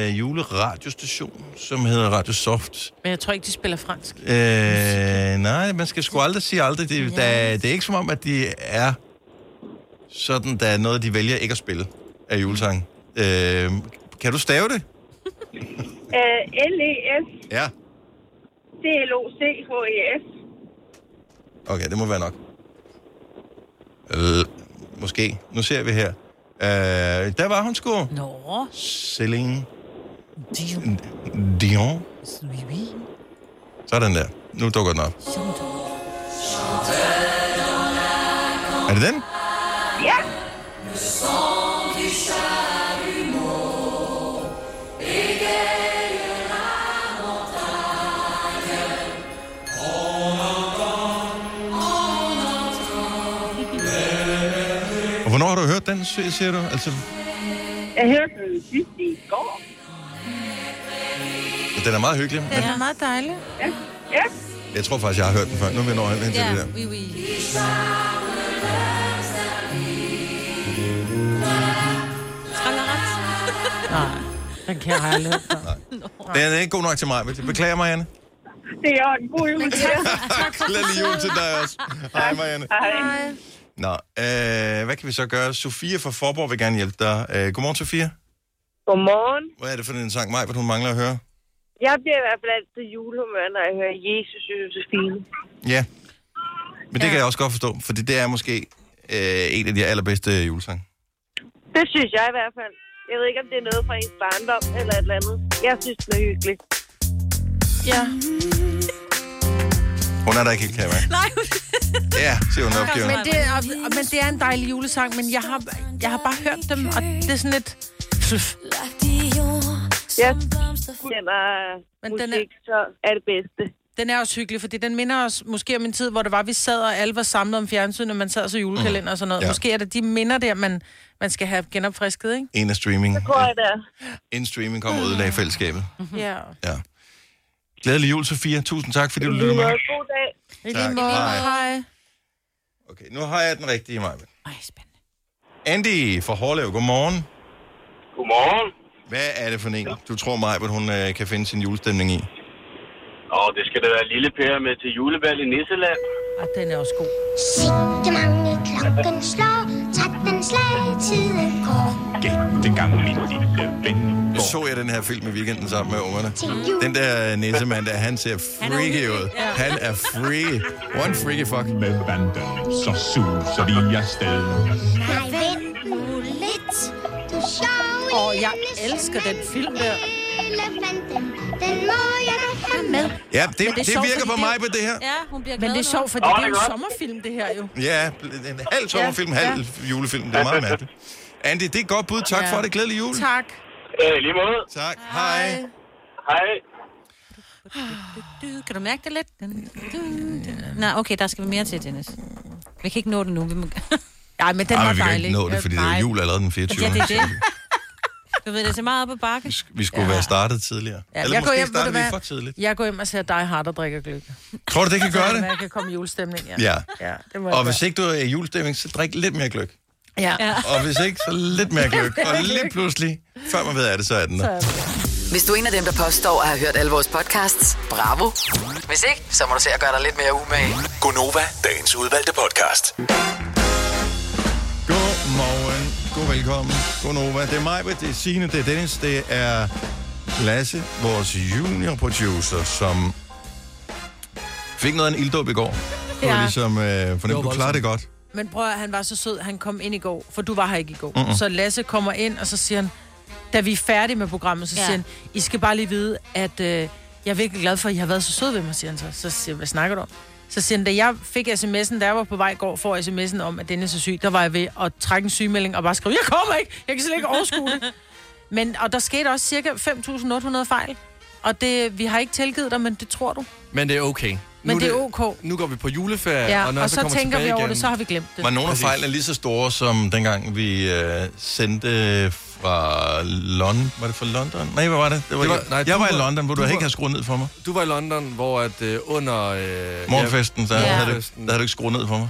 Speaker 2: en øh, juleradiostation, som hedder Radio Soft.
Speaker 3: Men jeg tror ikke, de spiller fransk.
Speaker 2: Øh, nej, man skal sgu aldrig sige aldrig. Det, yes. der, det er ikke som om, at de er sådan, der er noget, de vælger ikke at spille af julesang. Øh, kan du stave det?
Speaker 13: Øh, L-E-S,
Speaker 2: Ja.
Speaker 13: C-L-O-C-H-E-S.
Speaker 2: Okay, det må være nok. Øh, måske. Nu ser vi her. Øh, der var hun sgu.
Speaker 3: Nå.
Speaker 2: Celine. Dion. Dion. Sådan der. Nu dukker den op. Er det den?
Speaker 13: Ja.
Speaker 2: Og hvornår har du hørt den, se- siger du? Altså,
Speaker 13: Jeg hørte den sidst i går.
Speaker 2: den er meget hyggelig.
Speaker 3: Den er meget dejlig.
Speaker 13: Ja. Ja.
Speaker 2: Jeg tror faktisk, jeg har hørt den før. Nu vil jeg nå hen til det der.
Speaker 3: oui, oui.
Speaker 5: Trallerat.
Speaker 3: Nej, den kan jeg aldrig.
Speaker 2: Den er ikke god nok til mig, men jeg beklager, Marianne.
Speaker 13: Det er en god jul.
Speaker 2: (laughs) Glædelig jul til dig også. Hej, Marianne.
Speaker 13: Hej.
Speaker 2: Nå, øh, hvad kan vi så gøre? Sofia fra Forborg vil gerne hjælpe dig. Øh, godmorgen, Sofia.
Speaker 14: Godmorgen.
Speaker 2: Hvad er det for en sang, Maj, hvad hun mangler at høre?
Speaker 14: Jeg bliver i hvert fald altid julehumør, når jeg hører Jesus, Josefine.
Speaker 2: Ja. Men det kan jeg også godt forstå, for det er måske øh, en af de allerbedste julesange.
Speaker 14: Det synes jeg i hvert fald. Jeg ved ikke, om det er noget fra ens barndom eller et eller andet. Jeg synes, den er hyggelig.
Speaker 3: Ja.
Speaker 2: Hun er der ikke helt, kan jeg
Speaker 3: (laughs)
Speaker 2: mærke.
Speaker 3: Nej.
Speaker 2: Ja, siger hun opgiven.
Speaker 3: Men det, er, og, men det er en dejlig julesang, men jeg har, jeg har bare hørt dem, og det er sådan lidt...
Speaker 14: Jeg kender men musik, den er... så er det bedste.
Speaker 3: Den er også hyggelig, fordi den minder os måske om en tid, hvor det var, vi sad og alle var samlet om fjernsynet, og man sad og så julekalender og sådan noget.
Speaker 2: Ja.
Speaker 3: Ja. Måske er det de minder der, man, man skal have genopfrisket, ikke?
Speaker 2: En af streaming.
Speaker 14: jeg det er.
Speaker 2: En streaming kom og ødelagde fællesskabet.
Speaker 3: Ja.
Speaker 2: Ja. Glædelig jul, Sofia. Tusind tak, fordi du lyttede med.
Speaker 14: God dag.
Speaker 3: I
Speaker 2: Tak.
Speaker 3: lige måde.
Speaker 2: Hej.
Speaker 3: Hej.
Speaker 2: Okay, nu har jeg den rigtige, Maja. Ej, spændende. Andy fra Hårlev, godmorgen. Godmorgen. Hvad er det for en, du tror, Maja, at hun øh, kan finde sin julestemning i?
Speaker 15: Og det skal da være lille Per med til julebal i Nisseland.
Speaker 3: Og den er også god.
Speaker 16: Sikke mange klokken slår, tretten slag tiden går.
Speaker 2: Den gamle lille ven. Nu så jeg den her film i weekenden sammen med ungerne. Den der nissemand der, han ser freaky ud. Han er freaky. One freaky fuck. Med banden, så suser vi afsted.
Speaker 16: Nej, vent nu lidt. Du sjov
Speaker 3: Åh, jeg elsker den film der.
Speaker 16: Elefanten, den må jeg da have med.
Speaker 2: Ja, det, det, det virker på mig på det her.
Speaker 3: Ja, hun bliver Men det er sjovt, fordi
Speaker 2: Åh,
Speaker 3: det er
Speaker 2: det
Speaker 3: jo
Speaker 2: er
Speaker 3: en
Speaker 2: godt.
Speaker 3: sommerfilm, det her jo.
Speaker 2: Ja, en halv sommerfilm,
Speaker 3: Ja,
Speaker 2: halv julefilm. Det er meget mærkeligt. Andy, det er et godt bud. Tak
Speaker 3: Ja.
Speaker 2: for det. Glædelig jul.
Speaker 3: Tak.
Speaker 15: Øh, lige måde.
Speaker 2: Tak. Hej.
Speaker 15: Hej.
Speaker 5: Du, kan du mærke det lidt? Nej, okay, der skal vi mere til, Dennis. Vi kan ikke nå det
Speaker 3: (laughs)
Speaker 5: nu. Vi må...
Speaker 3: Nej, men
Speaker 2: Ej, men vi kan ikke nå det, fordi det er jo jul allerede den 24.
Speaker 5: Ja, det er det. Du ved, det er så meget op ad bakke.
Speaker 2: Vi skulle ja. være startet tidligere. Ja, Eller
Speaker 3: jeg går
Speaker 2: måske
Speaker 3: hjem, ved du
Speaker 2: startede vi
Speaker 3: hvad?
Speaker 2: for tidligt.
Speaker 3: Jeg går hjem og ser dig hard og drikker gløk.
Speaker 2: Tror du, det
Speaker 3: (laughs)
Speaker 2: kan
Speaker 3: Så
Speaker 2: gøre
Speaker 3: kan være,
Speaker 2: det?
Speaker 3: Jeg kan komme i julestemning, ja.
Speaker 2: Ja.
Speaker 3: ja det må jeg gøre.
Speaker 2: Og hvis ikke du er i julestemning, så drik lidt mere gløk.
Speaker 3: Ja. ja.
Speaker 2: Og hvis ikke, så lidt mere
Speaker 3: (laughs)
Speaker 2: gløk. Og lige pludselig, før man ved af det, så er den der.
Speaker 6: Hvis du er en af dem, der påstår at have hørt alle vores podcasts, bravo. Hvis ikke, så må du se at gøre dig lidt mere umage.
Speaker 17: Gonova, dagens udvalgte podcast.
Speaker 2: Godmorgen, god velkommen, god Nova. Det er mig, det er Signe, det er Dennis, det er Lasse, vores junior producer, som fik noget af en ilddåb i går. Det var
Speaker 18: Ja.
Speaker 2: ligesom, øh,
Speaker 18: Det var
Speaker 2: fornemt, du klarede det godt.
Speaker 3: Men prøv at, han var så sød, han kom ind i går, for du var her ikke i går.
Speaker 2: Mm-mm.
Speaker 3: Mm-hmm. Så Lasse kommer ind, og så siger han, da vi er færdige med programmet, så
Speaker 5: Ja.
Speaker 3: ja. siger han, I skal bare lige vide, at øh, jeg er virkelig glad for, at I har været så sød ved mig, siger han så. Så siger jeg, hvad snakker du om? Så siger han, da jeg fik sms'en, da jeg var på vej i går for sms'en om, at Dennis er syg, der var jeg ved at trække en sygemelding og bare skrive, jeg kommer ikke, jeg kan slet ikke overskue det. Men, og der skete også cirka 5.800 fejl. Og det, vi har ikke tilgivet dig, men det tror du.
Speaker 4: Men det er okay.
Speaker 3: Men
Speaker 4: nu
Speaker 3: det er ok.
Speaker 4: Nu går vi på juleferie,
Speaker 3: Ja,
Speaker 4: og når
Speaker 3: og
Speaker 4: jeg
Speaker 3: så
Speaker 4: kommer
Speaker 3: tænker vi
Speaker 4: tilbage
Speaker 3: over
Speaker 4: igen,
Speaker 3: det, så har vi glemt det.
Speaker 2: Var nogle af
Speaker 4: Præcis.
Speaker 2: fejlene lige så store, som dengang vi øh, sendte fra London? Var det fra London? Nej, hvad var det? det, var, det var, nej, jeg
Speaker 4: du
Speaker 2: var i
Speaker 4: var-
Speaker 2: London, hvor du,
Speaker 4: du
Speaker 2: du ikke
Speaker 4: var-
Speaker 2: havde skruet ned for mig.
Speaker 4: Du var i London, hvor at øh, under... Øh,
Speaker 2: Morgenfesten, der,
Speaker 4: ja.
Speaker 2: ja. havde du,
Speaker 4: Morgenfesten.
Speaker 2: der havde du ikke skruet ned for mig.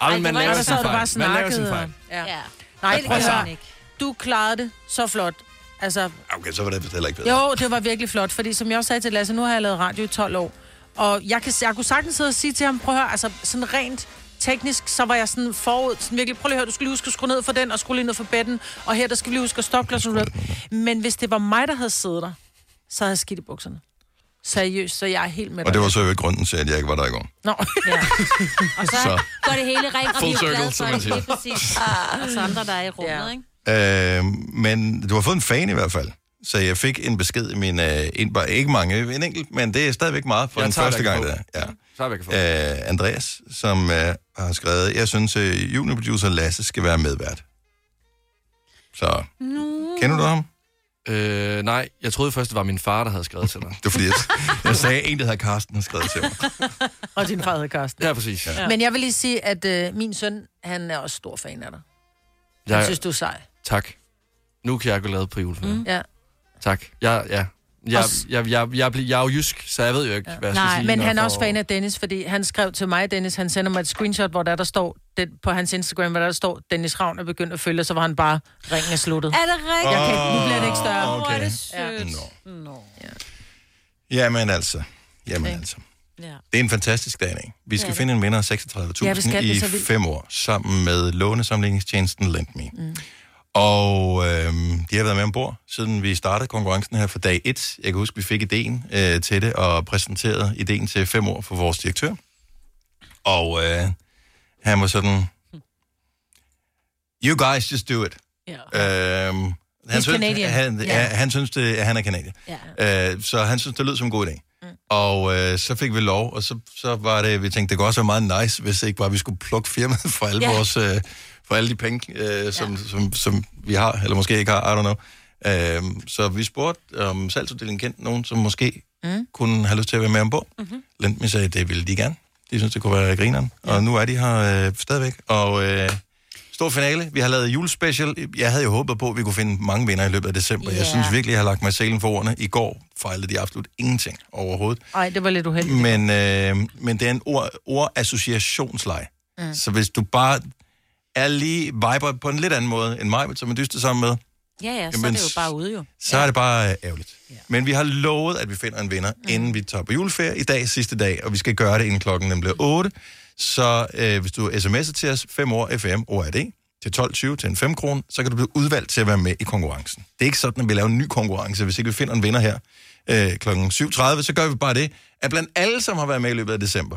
Speaker 4: Ej,
Speaker 3: Ej,
Speaker 4: men
Speaker 3: det
Speaker 4: man
Speaker 3: var
Speaker 4: laver
Speaker 3: ikke-
Speaker 4: sin
Speaker 3: så havde du
Speaker 4: fejl.
Speaker 3: bare
Speaker 4: Man laver sin
Speaker 3: snakket,
Speaker 4: fejl.
Speaker 3: Ja. ja. Nej, prøv at
Speaker 2: prøv at
Speaker 3: høre. Du klarede det så flot. Altså,
Speaker 2: Okay, så var det heller ikke bedre.
Speaker 3: jo, det var virkelig flot, fordi som jeg også sagde til Lasse, nu har jeg lavet radio i 12 år, og jeg, kan, jeg kunne sagtens sidde og sige til ham, prøv at høre, altså sådan rent teknisk, så var jeg sådan forud, sådan virkelig, prøv lige at høre, du skal lige huske at skrue ned for den, og skrue lige ned for bedden, og her, der skal vi lige huske at stoppe klokken. Men hvis det var mig, der havde siddet der, så havde jeg skidt i bukserne. Seriøst, så jeg er helt med
Speaker 2: Og
Speaker 3: dig.
Speaker 2: det var så jo ikke grunden til, at jeg ikke var der i går.
Speaker 3: Nå. Ja.
Speaker 5: Og så,
Speaker 2: Så.
Speaker 5: går det hele rent, og vi
Speaker 2: Full
Speaker 5: er jo glade
Speaker 2: circle,
Speaker 5: for,
Speaker 2: som man
Speaker 5: at det
Speaker 2: siger.
Speaker 5: er præcis ah, os andre, der er i rummet, ja. ikke?
Speaker 2: Øh, men du har fået en fan i hvert fald. Så jeg fik en besked i min øh, indbar. Ikke mange, en enkelt, men det er stadigvæk meget for
Speaker 4: Jeg
Speaker 2: den
Speaker 4: tager,
Speaker 2: første
Speaker 4: hvad jeg
Speaker 2: gang, der.
Speaker 4: kan
Speaker 2: Ja.
Speaker 4: Tager, hvad jeg kan få.
Speaker 2: Øh, Andreas, som øh, har skrevet, jeg synes, øh, juniorproducer Lasse skal være medvært. Så, kender du ham?
Speaker 4: Øh, nej, jeg troede først, det var min far, der havde skrevet til dig.
Speaker 2: det var fordi, jeg, jeg sagde, en, der hedder Karsten, har skrevet til mig.
Speaker 3: (laughs) Og din far havde Karsten.
Speaker 4: Ja, præcis. Ja.
Speaker 3: Men jeg vil lige sige, at øh, min søn, han er også stor fan af dig. Jeg synes, du er sej.
Speaker 4: Tak. Nu kan jeg gå lade på juleferie. Mm.
Speaker 3: Ja.
Speaker 4: Tak. Jeg, ja. Jeg,
Speaker 3: Også-
Speaker 4: jeg, jeg, jeg, jeg, jeg er jo jysk, så jeg ved jo ikke, ja. hvad jeg skal
Speaker 3: Nej,
Speaker 4: sige.
Speaker 3: men
Speaker 4: når jeg
Speaker 3: han er også
Speaker 4: får-
Speaker 3: fan af Dennis, fordi han skrev til mig, Dennis, han sender mig et screenshot, hvor der, der står, det, på hans Instagram, hvor der, der står, Dennis Ravn er begyndt at følge, og så var han bare, ringen er sluttet.
Speaker 5: Er det rigtigt?
Speaker 3: Jeg kan, nu bliver det ikke større.
Speaker 2: Åh, Ah, okay. Hvor er det
Speaker 5: sødt.
Speaker 2: Nå. Jamen altså, jamen
Speaker 5: Okay.
Speaker 2: altså.
Speaker 5: Ja.
Speaker 2: Det er en fantastisk dag, ikke? Vi
Speaker 5: Det
Speaker 2: skal
Speaker 5: er det.
Speaker 2: finde en vinder af
Speaker 5: Ja, vi
Speaker 2: 36.000
Speaker 5: skal, det er så
Speaker 2: i
Speaker 5: vildt.
Speaker 2: fem år, sammen med lånesamlingstjenesten LendMe. Mm. Og øhm, de har været med ombord, siden vi startede konkurrencen her for dag 1. Jeg kan huske, vi fik ideen øh, til det, og præsenterede ideen til fem år for vores direktør. Og øh, han var sådan, you guys just do it. Yeah. Øhm, han,
Speaker 18: He's
Speaker 2: synes,
Speaker 18: Canadian.
Speaker 2: han, ja,
Speaker 18: Ja.
Speaker 2: han synes, det, han er kanadier. Øh, så han synes, det lød som en god idé. Mm. Og øh, så fik vi lov, og så, så var det, vi tænkte, det kunne også være meget nice, hvis ikke bare vi skulle plukke firmaet for alle,
Speaker 18: Ja.
Speaker 2: yeah. vores, øh, for alle de penge, øh, som, yeah. som, som vi har, eller måske ikke har, I don't know. Øh, så vi spurgte, om salgsuddelingen kendte nogen, som måske mm. kunne have lyst til at være med ombord. Mm-hmm. Lendme sagde, det ville de gerne. De synes, det kunne være grineren. Ja. Og nu er de her øh, stadigvæk. Og øh, stor finale. Vi har lavet julespecial. Jeg havde jo håbet på, at vi kunne finde mange vinder i løbet af december. Yeah. Jeg
Speaker 3: Ja.
Speaker 2: synes virkelig, jeg har lagt mig i selen for ordene. I går fejlede de absolut ingenting overhovedet.
Speaker 3: Nej, det var lidt uheldigt.
Speaker 2: Men, øh, men det er en ord, ordassociationsleje. Mm.
Speaker 3: Mm.
Speaker 2: Så hvis du bare er lige viber på en lidt anden måde end mig, som er dyster sammen med,
Speaker 5: Ja, ja, så
Speaker 2: Jamen,
Speaker 5: er det jo bare ude jo.
Speaker 2: så er det bare øh, ærgerligt. Ja. Men vi har lovet, at vi finder en vinder, mm. inden vi tager på juleferie i dag, sidste dag, og vi skal gøre det, inden klokken den bliver 8. Så øh, hvis du sms'er til os 5 år FM ORD til 12.20 til en 5 kron, så kan du blive udvalgt til at være med i konkurrencen. Det er ikke sådan, at vi laver en ny konkurrence. Hvis ikke vi finder en vinder her øh, klokken 7.30, så gør vi bare det, at blandt alle, som har været med i løbet af december,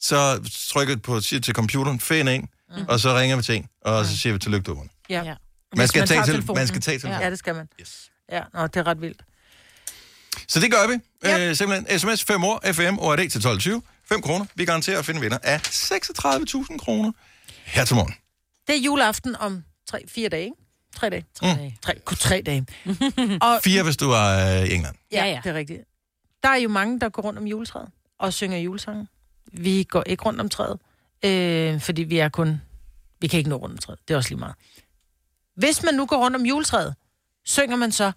Speaker 2: så trykker du på, siger til computeren, find en, mm. og så ringer vi til en, og så siger vi tillykke, du har vundet.
Speaker 3: Ja. ja.
Speaker 2: Man skal, tage
Speaker 3: tager
Speaker 2: til,
Speaker 3: telefonen.
Speaker 2: man skal tage telefonen.
Speaker 3: Ja, det skal man. Yes. Ja, nå, det er ret vildt.
Speaker 2: Så det gør vi. Yep. Øh, simpelthen sms 5 år, FM og RD til 12.20. 5 kroner. Vi garanterer at finde vinder af 36.000 kroner her til morgen.
Speaker 3: Det er juleaften om 3-4 dage, ikke? 3 dage. 3 dage. 3, kun 3 dage. og,
Speaker 2: Mm. Fire, hvis du er øh, i England.
Speaker 3: Ja, ja, det er rigtigt. Der er jo mange, der går rundt om juletræet og synger julesange. Vi går ikke rundt om træet, øh, fordi vi er kun... Vi kan ikke nå rundt om træet. Det er også lige meget. Hvis man nu går rundt om juletræet, synger man så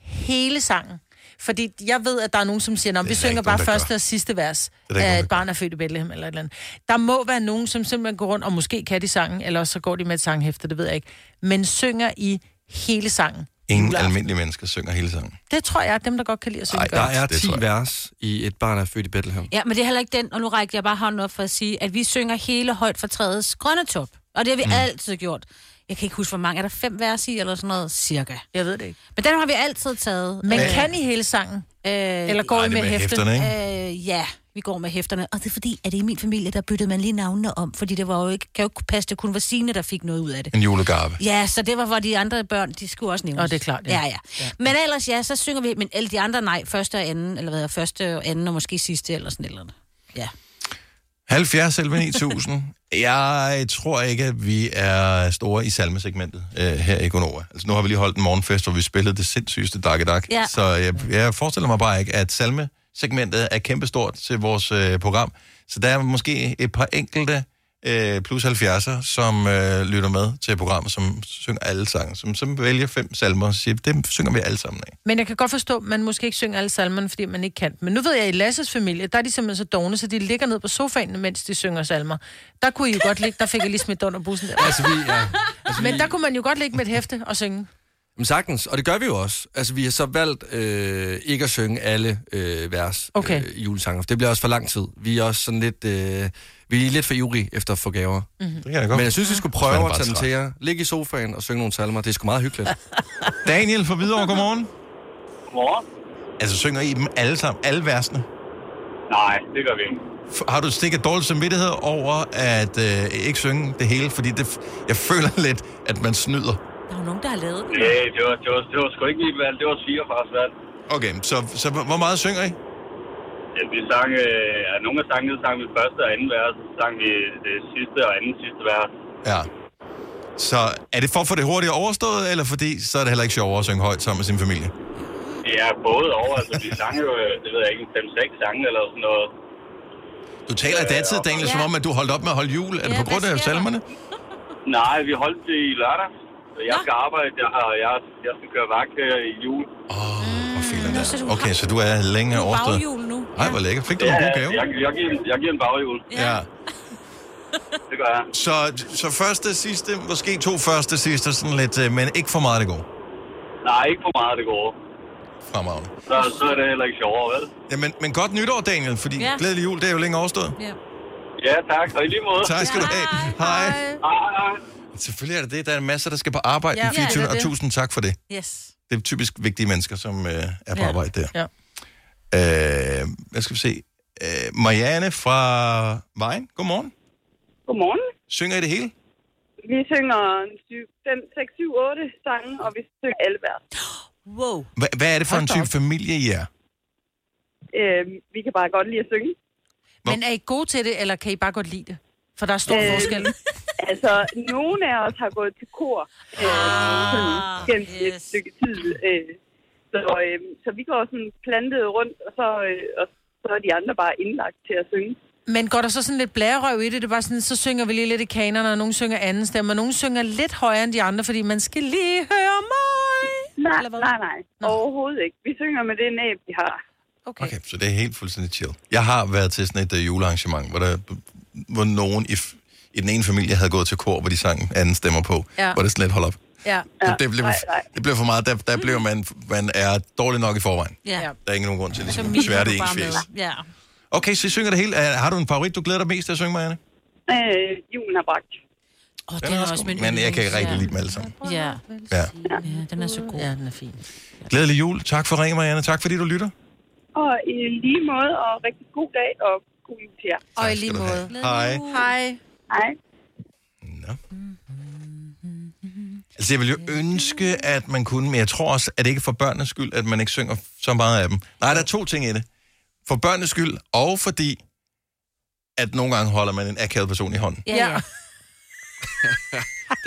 Speaker 3: hele sangen. Fordi jeg ved, at der er nogen, som siger, at vi synger bare
Speaker 5: nogen, der
Speaker 3: første
Speaker 5: gør."
Speaker 3: og sidste vers
Speaker 5: er der ikke
Speaker 3: af
Speaker 5: nogen,
Speaker 3: et barn er født i Bethlehem eller et eller andet. Der må være nogen, som simpelthen går rundt, og måske kan de sangen, eller også så går de med et sanghæfte, det ved jeg ikke. Men synger i hele sangen.
Speaker 2: Ingen almindelige mennesker synger hele sangen.
Speaker 3: Det tror jeg, at dem, der godt kan lide at synge,
Speaker 4: Ej,
Speaker 3: gør.
Speaker 4: der er
Speaker 2: Det
Speaker 4: 10
Speaker 2: tror jeg.
Speaker 4: vers i Et barn er født i Bethlehem.
Speaker 5: Ja, men det er heller ikke den, og nu rækker jeg bare hånden op for at sige, at vi synger hele højt for træets grønne top. Og det har vi
Speaker 4: Mm.
Speaker 5: mm. altid gjort. Jeg kan ikke huske, hvor mange. Er der fem vers i, eller sådan noget, cirka?
Speaker 3: Jeg ved det ikke.
Speaker 5: Men den har vi altid taget.
Speaker 3: Men
Speaker 5: Øh,
Speaker 3: kan I hele sangen?
Speaker 5: Øh,
Speaker 3: Eller går
Speaker 5: Ej,
Speaker 3: I
Speaker 5: det
Speaker 3: med
Speaker 5: med
Speaker 3: hæfte?
Speaker 2: hæfterne,
Speaker 5: Øh, ja, vi går med hæfterne. Og det er fordi, at i min familie, der byttede man lige navnene om, fordi det var jo ikke, kan jo ikke passe, det kun var Signe, der fik noget ud af det.
Speaker 2: En julegarve.
Speaker 5: Ja, så det var, hvor de andre børn, de skulle også nævnes.
Speaker 3: Nå, det er klart, ja.
Speaker 5: Ja. Ja, ja. Men ellers, ja, så synger vi, men alle de andre, nej, første og anden, eller hvad, første og anden, og måske sidste, eller sådan et eller andet. Ja.
Speaker 2: 70 11 9000. Jeg tror ikke, at vi er store i salmesegmentet øh, her i Gonova. Altså, nu har vi lige holdt en morgenfest, hvor vi spillede det sindssygeste dak, dak.
Speaker 5: Ja.
Speaker 2: Så jeg, jeg forestiller mig bare ikke, at salmesegmentet er kæmpestort til vores øh, program. Så der er måske et par enkelte øh, plus 70'er, som øh, lytter med til programmet, som synger alle sange, som, som vælger fem salmer og siger, dem synger vi alle sammen af.
Speaker 3: Men jeg kan godt forstå, at man måske ikke synger alle salmerne, fordi man ikke kan. Men nu ved jeg, at i Lasses familie, der er de simpelthen så dogne, så de ligger ned på sofaen, mens de synger salmer. Der kunne I jo godt ligge, der fik jeg lige smidt under bussen.
Speaker 4: Altså, vi, ja. altså,
Speaker 3: Men der kunne man jo godt ligge med et hæfte og synge.
Speaker 4: Jamen, sagtens, og det gør vi jo også. Altså, vi har så valgt øh, ikke at synge alle øh, vers
Speaker 3: Okay.
Speaker 4: øh, i julesangen, for det bliver også for lang tid. Vi er også sådan lidt, øh, vi er lidt for ivrige efter at få gaver.
Speaker 2: Mhm. Det kan jeg godt.
Speaker 4: Men jeg synes, vi skulle
Speaker 2: Så er det
Speaker 4: prøve at
Speaker 2: bare
Speaker 4: tage dem
Speaker 2: træt.
Speaker 4: til jer. Ligge i sofaen og synge nogle salmer. Det er sgu meget hyggeligt.
Speaker 2: Daniel fra Hvidovre, godmorgen.
Speaker 15: Godmorgen.
Speaker 2: Altså, synger I dem alle sammen, alle versene?
Speaker 15: Nej, det gør vi ikke.
Speaker 2: F- Har du stikket dårlig samvittighed over at øh, ikke synge det hele? Fordi det, f- jeg føler (laughs) lidt, at man snyder.
Speaker 5: Der er jo nogen, der har lavet den.
Speaker 15: Nej, det var, det, var, det var sgu ikke mit valg. Det var svigerfars valg.
Speaker 2: Okay, så, så hvor meget synger I?
Speaker 15: Ja, vi sang, øh, ja, nogle af sangene sang vi første og anden vers, så sang vi øh, det sidste og anden sidste vers.
Speaker 2: Ja. Så er det for at få det hurtigt overstået, eller fordi så er det heller ikke sjovere at synge højt sammen med sin familie?
Speaker 15: Det er både over, altså vi sang jo, øh, det ved jeg ikke, 5-6 sange eller sådan noget.
Speaker 2: Du taler i datid, Daniel, som om, at du holdt op med at holde jul. Er det på grund af salmerne?
Speaker 15: Nej, vi holdt det i lørdag. Så Jeg skal arbejde, jeg, har, jeg, jeg skal køre vagt her i jul.
Speaker 2: Okay, så du er længe overstået.
Speaker 5: nu.
Speaker 2: Ej, hvor lækkert. Fik du en god gave?
Speaker 15: Mm. Jeg, jeg, giver, en- jeg giver en baghjul.
Speaker 2: Ja.
Speaker 15: Det gør jeg.
Speaker 2: Så, så første, sidste, måske to første, sidste, sådan lidt, øh, men ikke for meget af det gode.
Speaker 15: Nej, ikke for meget af det gode.
Speaker 2: Fremragende.
Speaker 15: Så, så er det heller ikke sjovere, vel?
Speaker 2: Jamen, men godt nytår, Daniel, fordi
Speaker 15: Ja.
Speaker 2: ja. glædelig jul, det er jo længe overstået.
Speaker 15: Ja, tak. Og i lige måde.
Speaker 2: Tak skal du have. Hej. Selvfølgelig er det det. Der er masser, der skal på arbejde
Speaker 15: Ja, ja,
Speaker 2: ja, 24.
Speaker 15: det er
Speaker 2: og
Speaker 15: det.
Speaker 2: tusind tak for det.
Speaker 5: Yes.
Speaker 2: Det er typisk vigtige mennesker, som øh, er på
Speaker 5: Ja.
Speaker 2: arbejde der.
Speaker 3: Ja.
Speaker 2: Øh, hvad skal vi se? Øh, Marianne fra Vejen. Godmorgen.
Speaker 13: Godmorgen.
Speaker 2: Synger I det hele?
Speaker 13: Vi synger 6-7-8 sange, og vi synger alle vers.
Speaker 5: Wow.
Speaker 2: Hva- hvad er det for en type familie, I er?
Speaker 13: Øh, vi kan bare godt lide at synge.
Speaker 3: Men er I gode til det, eller kan I bare godt lide det? For der er stor
Speaker 13: Øh,
Speaker 3: forskel.
Speaker 13: (laughs) Altså, nogen af os har gået til kor øh, sådan,
Speaker 3: Ah,
Speaker 13: gennem yes. et stykke tid. Øh, så, øh, så vi går sådan plantet rundt, og så, øh, og så er de andre bare indlagt til at synge.
Speaker 3: Men går der så sådan lidt blærerøv i det? Det er bare sådan, så synger vi lige lidt i kanerne, og nogen synger anden stemme, og nogen synger lidt højere end de andre, fordi man skal lige høre mig.
Speaker 13: Nej, nej, nej. Overhovedet ikke. Vi synger med det næb, vi har.
Speaker 2: Okay, så det er helt fuldstændig chill. Jeg har været til sådan et øh, julearrangement, hvor, der, hvor nogen i, f- i den ene familie havde gået til kor, hvor de sang anden stemmer på.
Speaker 3: Ja.
Speaker 2: Ja. Hvor det sådan lidt hold op.
Speaker 3: Ja.
Speaker 2: Ja, det, blev, det blev for meget. Der, der blev man, man er dårlig nok i forvejen.
Speaker 5: Ja.
Speaker 2: Der er ingen nogen grund til
Speaker 5: Altså,
Speaker 2: ligesom, at svære det i ens fjes.
Speaker 5: Ja.
Speaker 2: Okay, så I synger det hele. Er- Har du en favorit, du glæder dig mest til at synge, Marianne?
Speaker 13: Øh, julen har bragt.
Speaker 5: Oh,
Speaker 2: Den er også min Men jeg kan ikke rigtig lide dem alle sammen.
Speaker 5: Ja.
Speaker 2: Ja.
Speaker 5: ja, den er så god. Ja,
Speaker 3: den er fin.
Speaker 2: Glædelig jul. Tak for ringen, Marianne. Tak fordi du lytter.
Speaker 13: Og i lige måde, og rigtig god dag, og god jul til jer.
Speaker 3: Og i lige måde.
Speaker 2: Hej.
Speaker 3: Hej.
Speaker 13: Hej.
Speaker 2: Altså, jeg ville jo ønske, at man kunne, men jeg tror også, at det ikke er for børnenes skyld, at man ikke synger så meget af dem. Nej, der er to ting i det. For børnenes skyld, og fordi, at nogle gange holder man en akavet person i hånden.
Speaker 5: Ja, ja.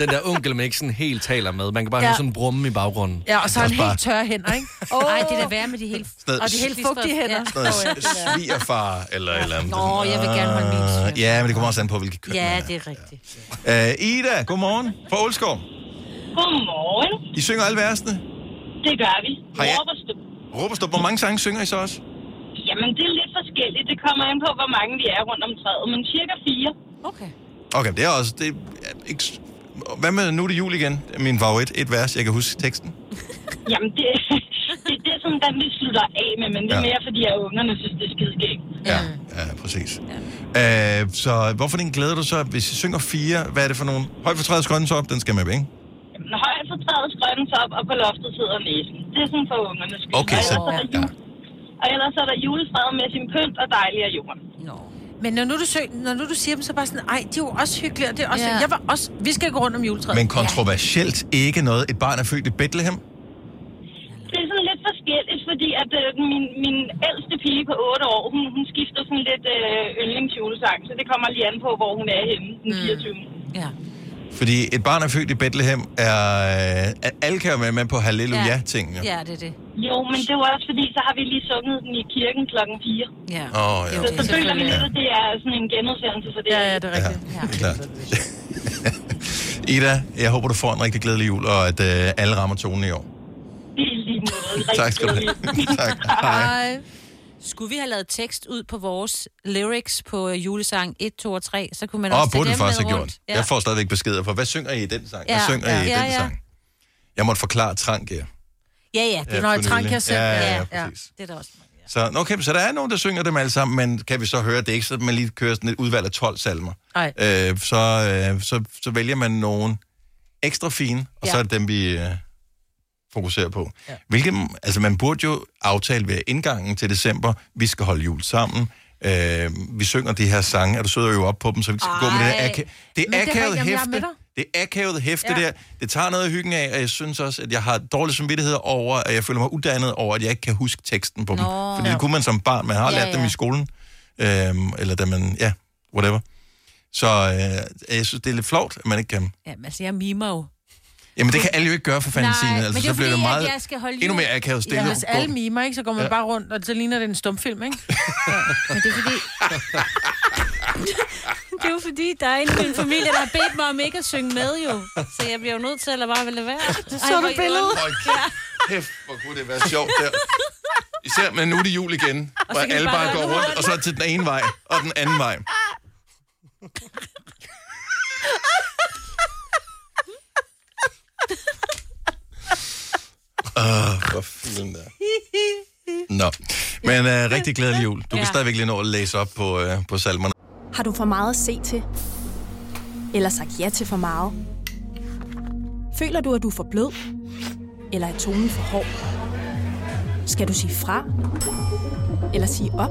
Speaker 4: Den der onkel, man ikke sådan helt taler med. Man kan bare
Speaker 3: Ja.
Speaker 4: ja. høre sådan en brumme i baggrunden.
Speaker 3: Ja, og så er han
Speaker 4: Også bare
Speaker 3: helt tørre hænder, ikke?
Speaker 5: Åh. Ej, det er da værd med de helt...
Speaker 2: Sådan
Speaker 5: Og de helt fugtige hænder.
Speaker 2: Sådan noget svigerfar eller et eller andet.
Speaker 5: Nå, jeg vil gerne holde min
Speaker 2: min Ja, men det kommer også an på, hvilket køn.
Speaker 5: Ja, det er rigtigt.
Speaker 2: Øh, Ida, godmorgen fra Olskov.
Speaker 18: Godmorgen.
Speaker 2: I synger alle versene.
Speaker 18: Det gør vi.
Speaker 2: Har jeg-
Speaker 18: Råberstup.
Speaker 2: Råberstrup, hvor mange sange synger I så også?
Speaker 18: Jamen, det er lidt forskelligt. Det kommer an på, hvor mange vi er rundt om træet, men cirka fire.
Speaker 5: Okay.
Speaker 2: Okay, det er også... Det er ikke... s- Hvad med Nu er det jul igen? Det er Min favorit. Et vers, jeg kan huske teksten.
Speaker 18: Jamen, det, (laughs) det, det er sådan, den vi slutter af med, men det er
Speaker 2: Ja.
Speaker 18: mere, fordi at ungerne synes, det er skideskægt.
Speaker 2: Ja,
Speaker 5: Mm.
Speaker 2: ja præcis. Ja. Øh, så hvorfor den glæder du så? Hvis I synger fire, hvad er det for nogle? Høj for træets grønne op, den skal med, ikke?
Speaker 18: Jamen, højt for træet grønne op, og på loftet sidder næsen. Det er sådan for ungernes skyld.
Speaker 2: Okay,
Speaker 18: Og
Speaker 2: så-
Speaker 18: ellers er det jul. Og ellers er der julefred med sin pynt og dejlig af jorden.
Speaker 3: Nå. Men når nu, du søg, når nu du siger dem, så er bare sådan, ej, de er jo også hyggelige, og det er også... Ja. Jeg var også... Vi skal gå rundt om juletræet.
Speaker 2: Men kontroversielt ikke noget. Et barn er født i Bethlehem.
Speaker 18: Det er sådan lidt forskelligt, fordi at øh, min, min ældste pige på 8 år, hun, hun skifter sådan lidt øh, yndlingsjulesang, så det kommer lige an på, hvor hun er henne den 24. Mm.
Speaker 3: Ja.
Speaker 2: Fordi et barn er født i Bethlehem er... er alle kan jo være med på halleluja-tingene.
Speaker 5: Ja, det er det.
Speaker 18: Jo, men det var også fordi, så har vi lige sunget den i kirken klokken 4.
Speaker 3: Ja.
Speaker 2: Åh, oh, ja.
Speaker 18: Så, så føler vi lidt, at det er sådan en genudsendelse, så det ja, ja, det er rigtigt. Ja.
Speaker 2: Det er klart. (laughs) Ida, jeg håber, du får en rigtig glædelig jul, og at øh, alle rammer tonen i år.
Speaker 18: Det er lige noget.
Speaker 2: (laughs) Tak skal du have. tak. Hej.
Speaker 5: Skulle vi have lavet tekst ud på vores lyrics på øh, julesang 1, 2 og 3, så kunne man
Speaker 2: Åh,
Speaker 5: også tage
Speaker 2: burde
Speaker 5: dem
Speaker 2: du faktisk
Speaker 5: med
Speaker 2: have gjort.
Speaker 5: rundt.
Speaker 2: Ja. Jeg får stadigvæk beskeder for, hvad synger I i den sang? Ja.
Speaker 5: Ja,
Speaker 2: Hvad synger
Speaker 5: ja.
Speaker 2: I i
Speaker 5: Ja,
Speaker 2: den
Speaker 5: ja.
Speaker 2: sang? Jeg måtte forklare Trangier.
Speaker 5: Ja, ja, det
Speaker 2: Ja,
Speaker 5: er noget
Speaker 2: for
Speaker 5: trank,
Speaker 2: nylig.
Speaker 5: jeg selv.
Speaker 2: Ja, ja, ja,
Speaker 5: Det er der også.
Speaker 2: Så, nå, okay, så der er nogen, der synger dem alle sammen, men kan vi så høre, det er ikke sådan, at man lige kører sådan et udvalg af 12 salmer.
Speaker 3: Nej.
Speaker 2: Øh, så, øh, så, så vælger man nogen ekstra fine, og ja. så er det dem, vi øh, fokuserer på. Ja. Hvilket, altså, man burde jo aftale ved indgangen til december, vi skal holde jul sammen, øh, vi synger de her sange, og du sidder jo op på dem, så vi ikke skal gå med det der
Speaker 3: Ej.
Speaker 2: aka- det
Speaker 3: Men det er
Speaker 2: er akavet
Speaker 3: rigtigt, jamen, jeg er med
Speaker 2: hæfte.
Speaker 3: dig.
Speaker 2: Det er akavet hæfte
Speaker 3: Ja.
Speaker 2: ja. der. Det tager noget af hyggen af, og jeg synes også, at jeg har dårlig samvittighed over, at jeg føler mig uddannet over, at jeg ikke kan huske teksten på dem.
Speaker 3: Nå.
Speaker 2: Fordi det kunne man som barn. Man har
Speaker 3: Ja,
Speaker 2: lært dem
Speaker 3: ja.
Speaker 2: i skolen. Øhm, eller da man... Ja, whatever. Så øh, jeg synes, det er lidt flot, at man ikke kan...
Speaker 5: Ja, men altså, jeg mimer jo.
Speaker 2: Jamen, det kan alle jo ikke gøre for fanden sine.
Speaker 5: men
Speaker 2: Altså,
Speaker 5: det er
Speaker 2: så bliver
Speaker 5: fordi,
Speaker 2: det
Speaker 5: at
Speaker 2: meget...
Speaker 5: jeg skal holde
Speaker 2: endnu
Speaker 5: jul.
Speaker 2: mere akavet stille.
Speaker 3: Ja, hvis
Speaker 2: og-
Speaker 3: alle mimer, ikke, så går man
Speaker 2: Ja.
Speaker 3: ja. bare rundt, og så ligner det en stumfilm, ikke?
Speaker 5: Men det er fordi... det er jo fordi, der er en i min familie, der har bedt mig om ikke at synge med, jo. Så jeg bliver jo nødt til at lade bare lade være. Ej,
Speaker 3: Så du
Speaker 5: hvor I
Speaker 3: billedet.
Speaker 5: ondt.
Speaker 2: Kæft, hvor kunne det være sjovt der. Især, men nu er det jul igen,
Speaker 5: Og
Speaker 2: hvor
Speaker 5: så kan vi
Speaker 2: alle
Speaker 5: bare
Speaker 2: bare går
Speaker 5: gå
Speaker 2: rundt,
Speaker 5: rundt.
Speaker 2: og så til den ene vej og den anden vej. Åh, hvor fanden der. Nå, men øh, rigtig glædelig jul. Du kan
Speaker 1: Ja.
Speaker 2: stadigvæk lige nå at læse op på, øh, på salmerne.
Speaker 1: Har du for meget at se til? Eller sagt ja til for meget? Føler du, at du er for blød? Eller er tonen for hård? Skal du sige fra? Eller sige op?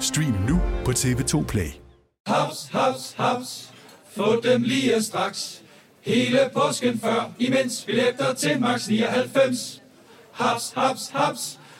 Speaker 11: Stream nu på TV2 Play.
Speaker 8: Haps, haps, haps. Få dem lige straks. Hele påsken før, imens billetter til max 99. Haps, haps, haps.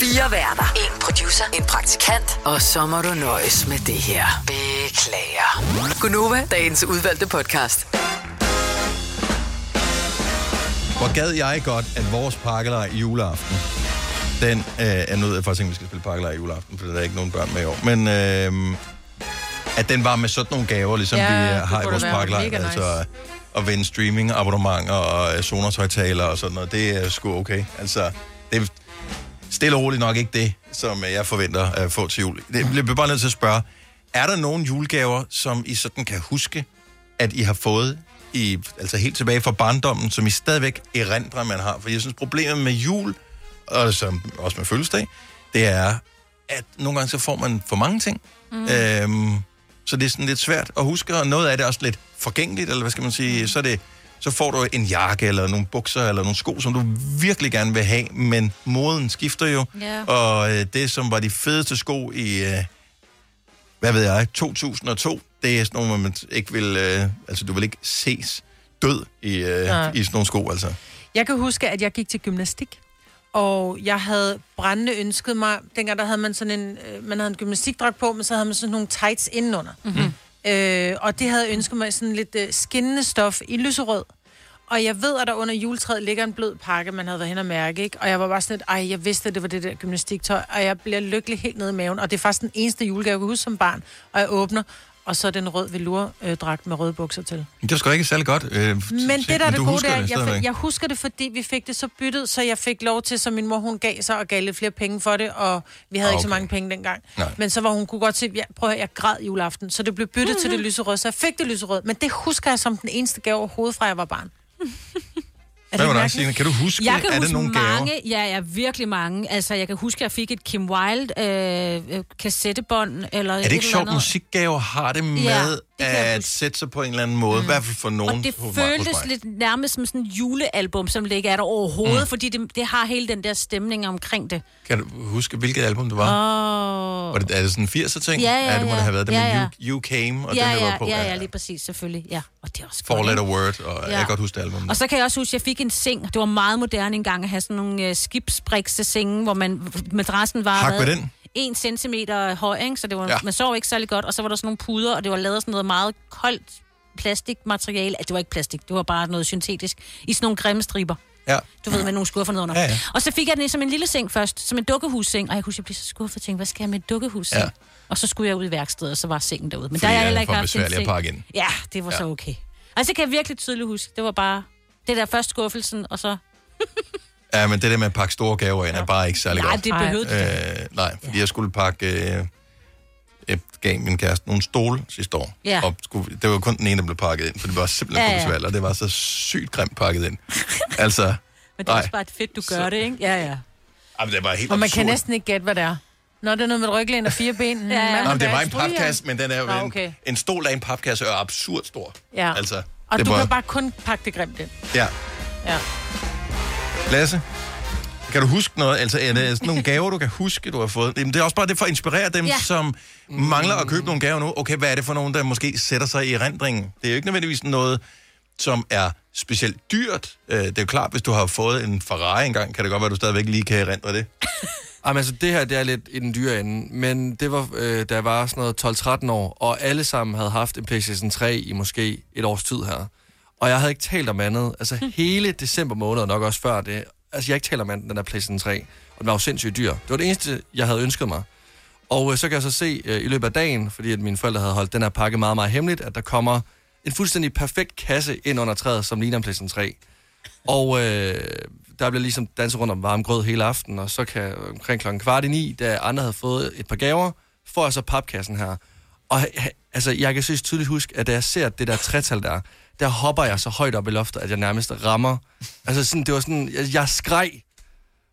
Speaker 6: Fire værter. En producer. En praktikant. Og så må du nøjes med det her. Beklager. Gunova, dagens udvalgte podcast.
Speaker 2: Hvor gad jeg godt, at vores pakkelej i juleaften, den øh, er nødt jeg faktisk ikke, vi skal spille pakkelej i juleaften, for der er ikke nogen børn med i år, men øh, at den var med sådan nogle gaver, ligesom
Speaker 19: Ja,
Speaker 2: vi øh,
Speaker 19: det
Speaker 2: har i
Speaker 19: kunne
Speaker 2: vores
Speaker 19: da være
Speaker 2: pakkelej,
Speaker 19: mega nice.
Speaker 2: altså at vende streaming, abonnementer og øh, Sonos-højtaler og sådan noget, det er sgu okay. Altså, det er stille og roligt nok ikke det, som øh, jeg forventer at få til jul. Det- Jeg bliver bare nødt til at spørge, er der nogen julegaver, som I sådan kan huske, at I har fået i, altså helt tilbage fra barndommen, som I stadigvæk erindrer, man har. For jeg synes, problemet med jul, og som, også med fødselsdag, det er, at nogle gange så får man for mange ting.
Speaker 20: Mm.
Speaker 2: Mm. Øhm, så det er sådan lidt svært at huske, og noget af det er også lidt forgængeligt, eller hvad skal man sige, så, er det, så får du en jakke, eller nogle bukser, eller nogle sko, som du virkelig gerne vil have, men moden skifter jo,
Speaker 19: Ja.
Speaker 2: og øh, det, som var de fedeste sko i... Øh, hvad ved jeg, 2002, det er sådan nogle, hvor man ikke vil, øh, altså du vil ikke ses død i, øh, i
Speaker 3: Nej.
Speaker 2: sådan nogle sko, altså.
Speaker 3: Jeg kan huske, at jeg gik til gymnastik, og jeg havde brændende ønsket mig, dengang der havde man sådan en, øh, man havde en gymnastikdragt på, men så havde man sådan nogle tights indenunder. Mm-hmm. Øh, og det havde jeg ønsket mig sådan lidt øh, skinnende stof i lyserød. Og jeg ved, at der under juletræet ligger en blød pakke, man havde været hen og mærke, ikke? Og jeg var bare sådan lidt, ej, jeg vidste, at det var det der gymnastiktøj, og jeg bliver lykkelig helt nede i maven. Og det er faktisk den eneste julegave, jeg kan huske som barn. Og jeg åbner, og så er den rød velurdragt med røde bukser til.
Speaker 2: Det var sgu ikke særlig godt. Øh, men
Speaker 3: Men det, der er det gode, det er, jeg, jeg, jeg husker det, fordi vi fik det så byttet, så jeg fik lov til, så min mor, hun gav sig og gav lidt flere penge for det, og vi havde okay. ikke så
Speaker 2: Ah, Okay.
Speaker 3: mange penge dengang.
Speaker 2: Nej.
Speaker 3: Men så var hun kunne godt se, ja, prøv at høre, jeg græd juleaften, så det blev byttet til det
Speaker 5: Mhm.
Speaker 3: lyserøde, så jeg fik det lyserøde. Men det husker jeg som den eneste gave overhovedet, fra jeg var barn.
Speaker 2: Hvad var det, Signe? Kan du huske,
Speaker 5: jeg kan
Speaker 2: er
Speaker 5: huske
Speaker 2: det nogle gaver?
Speaker 5: mange, ja, ja, virkelig mange. Altså, jeg kan huske, at jeg fik et Kim Wilde øh, øh, kassettebånd. Eller
Speaker 2: Er det ikke sjovt,
Speaker 5: andet.
Speaker 2: musikgaver har det med
Speaker 5: Ja,
Speaker 2: ja,
Speaker 5: det
Speaker 2: det
Speaker 5: kan jeg
Speaker 2: at sætte sig på en eller anden måde? Mm. I hvert fald for nogen.
Speaker 5: Og det
Speaker 2: hos mig- hos
Speaker 5: føltes
Speaker 2: mig.
Speaker 5: lidt nærmest som sådan et julealbum, som det ikke er der overhovedet, mm. fordi det, det har hele den der stemning omkring det.
Speaker 2: Kan du huske, hvilket album det var?
Speaker 5: Åh.
Speaker 2: Var det, er det sådan en 80'er ting?
Speaker 5: Ja, ja,
Speaker 2: det må
Speaker 5: ja.
Speaker 2: det have været. Det med
Speaker 5: Ja, ja.
Speaker 2: You, you Came, og
Speaker 5: ja,
Speaker 2: den her
Speaker 5: ja,
Speaker 2: var på.
Speaker 5: ja, ja, lige præcis, selvfølgelig. Ja. Og det er også
Speaker 2: Four
Speaker 5: godt,
Speaker 2: Letter
Speaker 5: ikke?
Speaker 2: Word, og
Speaker 5: Ja.
Speaker 2: jeg kan godt huske det album.
Speaker 5: Og så kan jeg også huske, at jeg fik en seng. Det var meget moderne engang at have sådan nogle øh, skibsbrikse senge, hvor man, madrassen var...
Speaker 2: Hak med
Speaker 5: hvad,
Speaker 2: den.
Speaker 5: En centimeter høj, ikke? så det var, ja.
Speaker 2: Ja.
Speaker 5: man sov ikke særlig godt. Og så var der sådan nogle puder, og det var lavet af sådan noget meget koldt plastikmateriale. Ah, Det var ikke plastik, det var bare noget syntetisk. I sådan nogle grimme striber.
Speaker 2: Ja.
Speaker 5: Du ved, med nogle skuffer nedenunder.
Speaker 2: Ja, ja.
Speaker 5: Og så fik jeg den som en lille seng først, som en dukkehusseng. Og jeg kunne jeg blev så skuffet og tænkte, hvad skal jeg med en dukkehusseng? Ja.
Speaker 2: Ja.
Speaker 5: Og så skulle jeg ud i værkstedet, og så var sengen derude. Men
Speaker 2: Fordi
Speaker 5: der har jeg
Speaker 2: jeg
Speaker 5: heller
Speaker 2: er
Speaker 5: ikke
Speaker 2: for
Speaker 5: haft en
Speaker 2: besværlig at
Speaker 5: seng.
Speaker 2: pakke ind.
Speaker 5: Ja, det var ja. så okay. Altså, det kan jeg virkelig tydeligt huske. Det var bare det der først skuffelsen, og så...
Speaker 2: Ja, men det der med at pakke store gaver ind, er bare ikke særlig
Speaker 5: Nej,
Speaker 2: godt.
Speaker 5: det behøvede du
Speaker 2: øh, Nej, fordi jeg skulle pakke... Øh, jeg gav min kæreste nogle stole sidste år.
Speaker 5: Ja.
Speaker 2: Og skulle, det var kun den ene, der blev pakket ind, for det var simpelthen
Speaker 5: Ja,
Speaker 2: ja,
Speaker 5: ja.
Speaker 2: ja. for besværligt, og det var så sygt grimt pakket
Speaker 5: (laughs)
Speaker 2: ind. altså,
Speaker 5: Men det er
Speaker 2: nej,
Speaker 5: også bare fedt, du gør det, ikke? Ja, ja.
Speaker 2: Ej, men det var helt
Speaker 3: Og man
Speaker 2: absurd.
Speaker 3: kan næsten ikke gætte, hvad det er. Nå, det er noget med et ryglæn og fire ben. ja,
Speaker 2: Nå, men det var en papkasse, men den er jo
Speaker 3: Nå,
Speaker 2: en,
Speaker 3: okay.
Speaker 2: en stol af en papkasse er absurd stor.
Speaker 3: Ja.
Speaker 2: Altså,
Speaker 3: Og
Speaker 2: det
Speaker 3: du
Speaker 2: var,
Speaker 3: kan bare kun pakke det grimt ind.
Speaker 2: Ja.
Speaker 3: Ja.
Speaker 2: Lasse, kan du huske noget? Altså, er det sådan
Speaker 3: (laughs)
Speaker 2: nogle gaver, du kan huske, du har fået? Jamen, det er også bare det for at inspirere dem,
Speaker 5: Ja.
Speaker 2: ja. som
Speaker 3: Mm.
Speaker 2: mangler at købe nogle gaver nu. Okay, hvad er det for nogen, der måske sætter sig i erindringen? Det er jo ikke nødvendigvis noget, som er specielt dyrt. Øh, Det er jo klart, hvis du har fået en Ferrari engang, kan det godt være, at du stadigvæk lige kan erindre det.
Speaker 4: Jamen altså, det her, det er lidt i den dyre ende, men det var, øh, da jeg var sådan noget 12-13 år, og alle sammen havde haft en PlayStation 3 i måske et års tid her. Og jeg havde ikke talt om andet, altså
Speaker 3: Hm.
Speaker 4: hele december måned, og nok også før det, altså jeg har ikke talt om andet, end den der PlayStation 3, og den var jo sindssygt dyr. Det var det eneste, jeg havde ønsket mig. Og øh, så kan jeg så se øh, i løbet af dagen, fordi at mine forældre havde holdt den her pakke meget, meget hemmeligt, at der kommer en fuldstændig perfekt kasse ind under træet, som ligner en PlayStation 3. Og øh, der blev ligesom danset rundt om varm grød hele aften, og så kan omkring klokken kvart i ni, da andre havde fået et par gaver, får jeg så papkassen her. Og øh, altså, jeg kan synes tydeligt huske, at da jeg ser det der tretal der, der hopper jeg så højt op i loftet, at jeg nærmest rammer. Altså sådan, det var sådan, jeg, jeg skreg.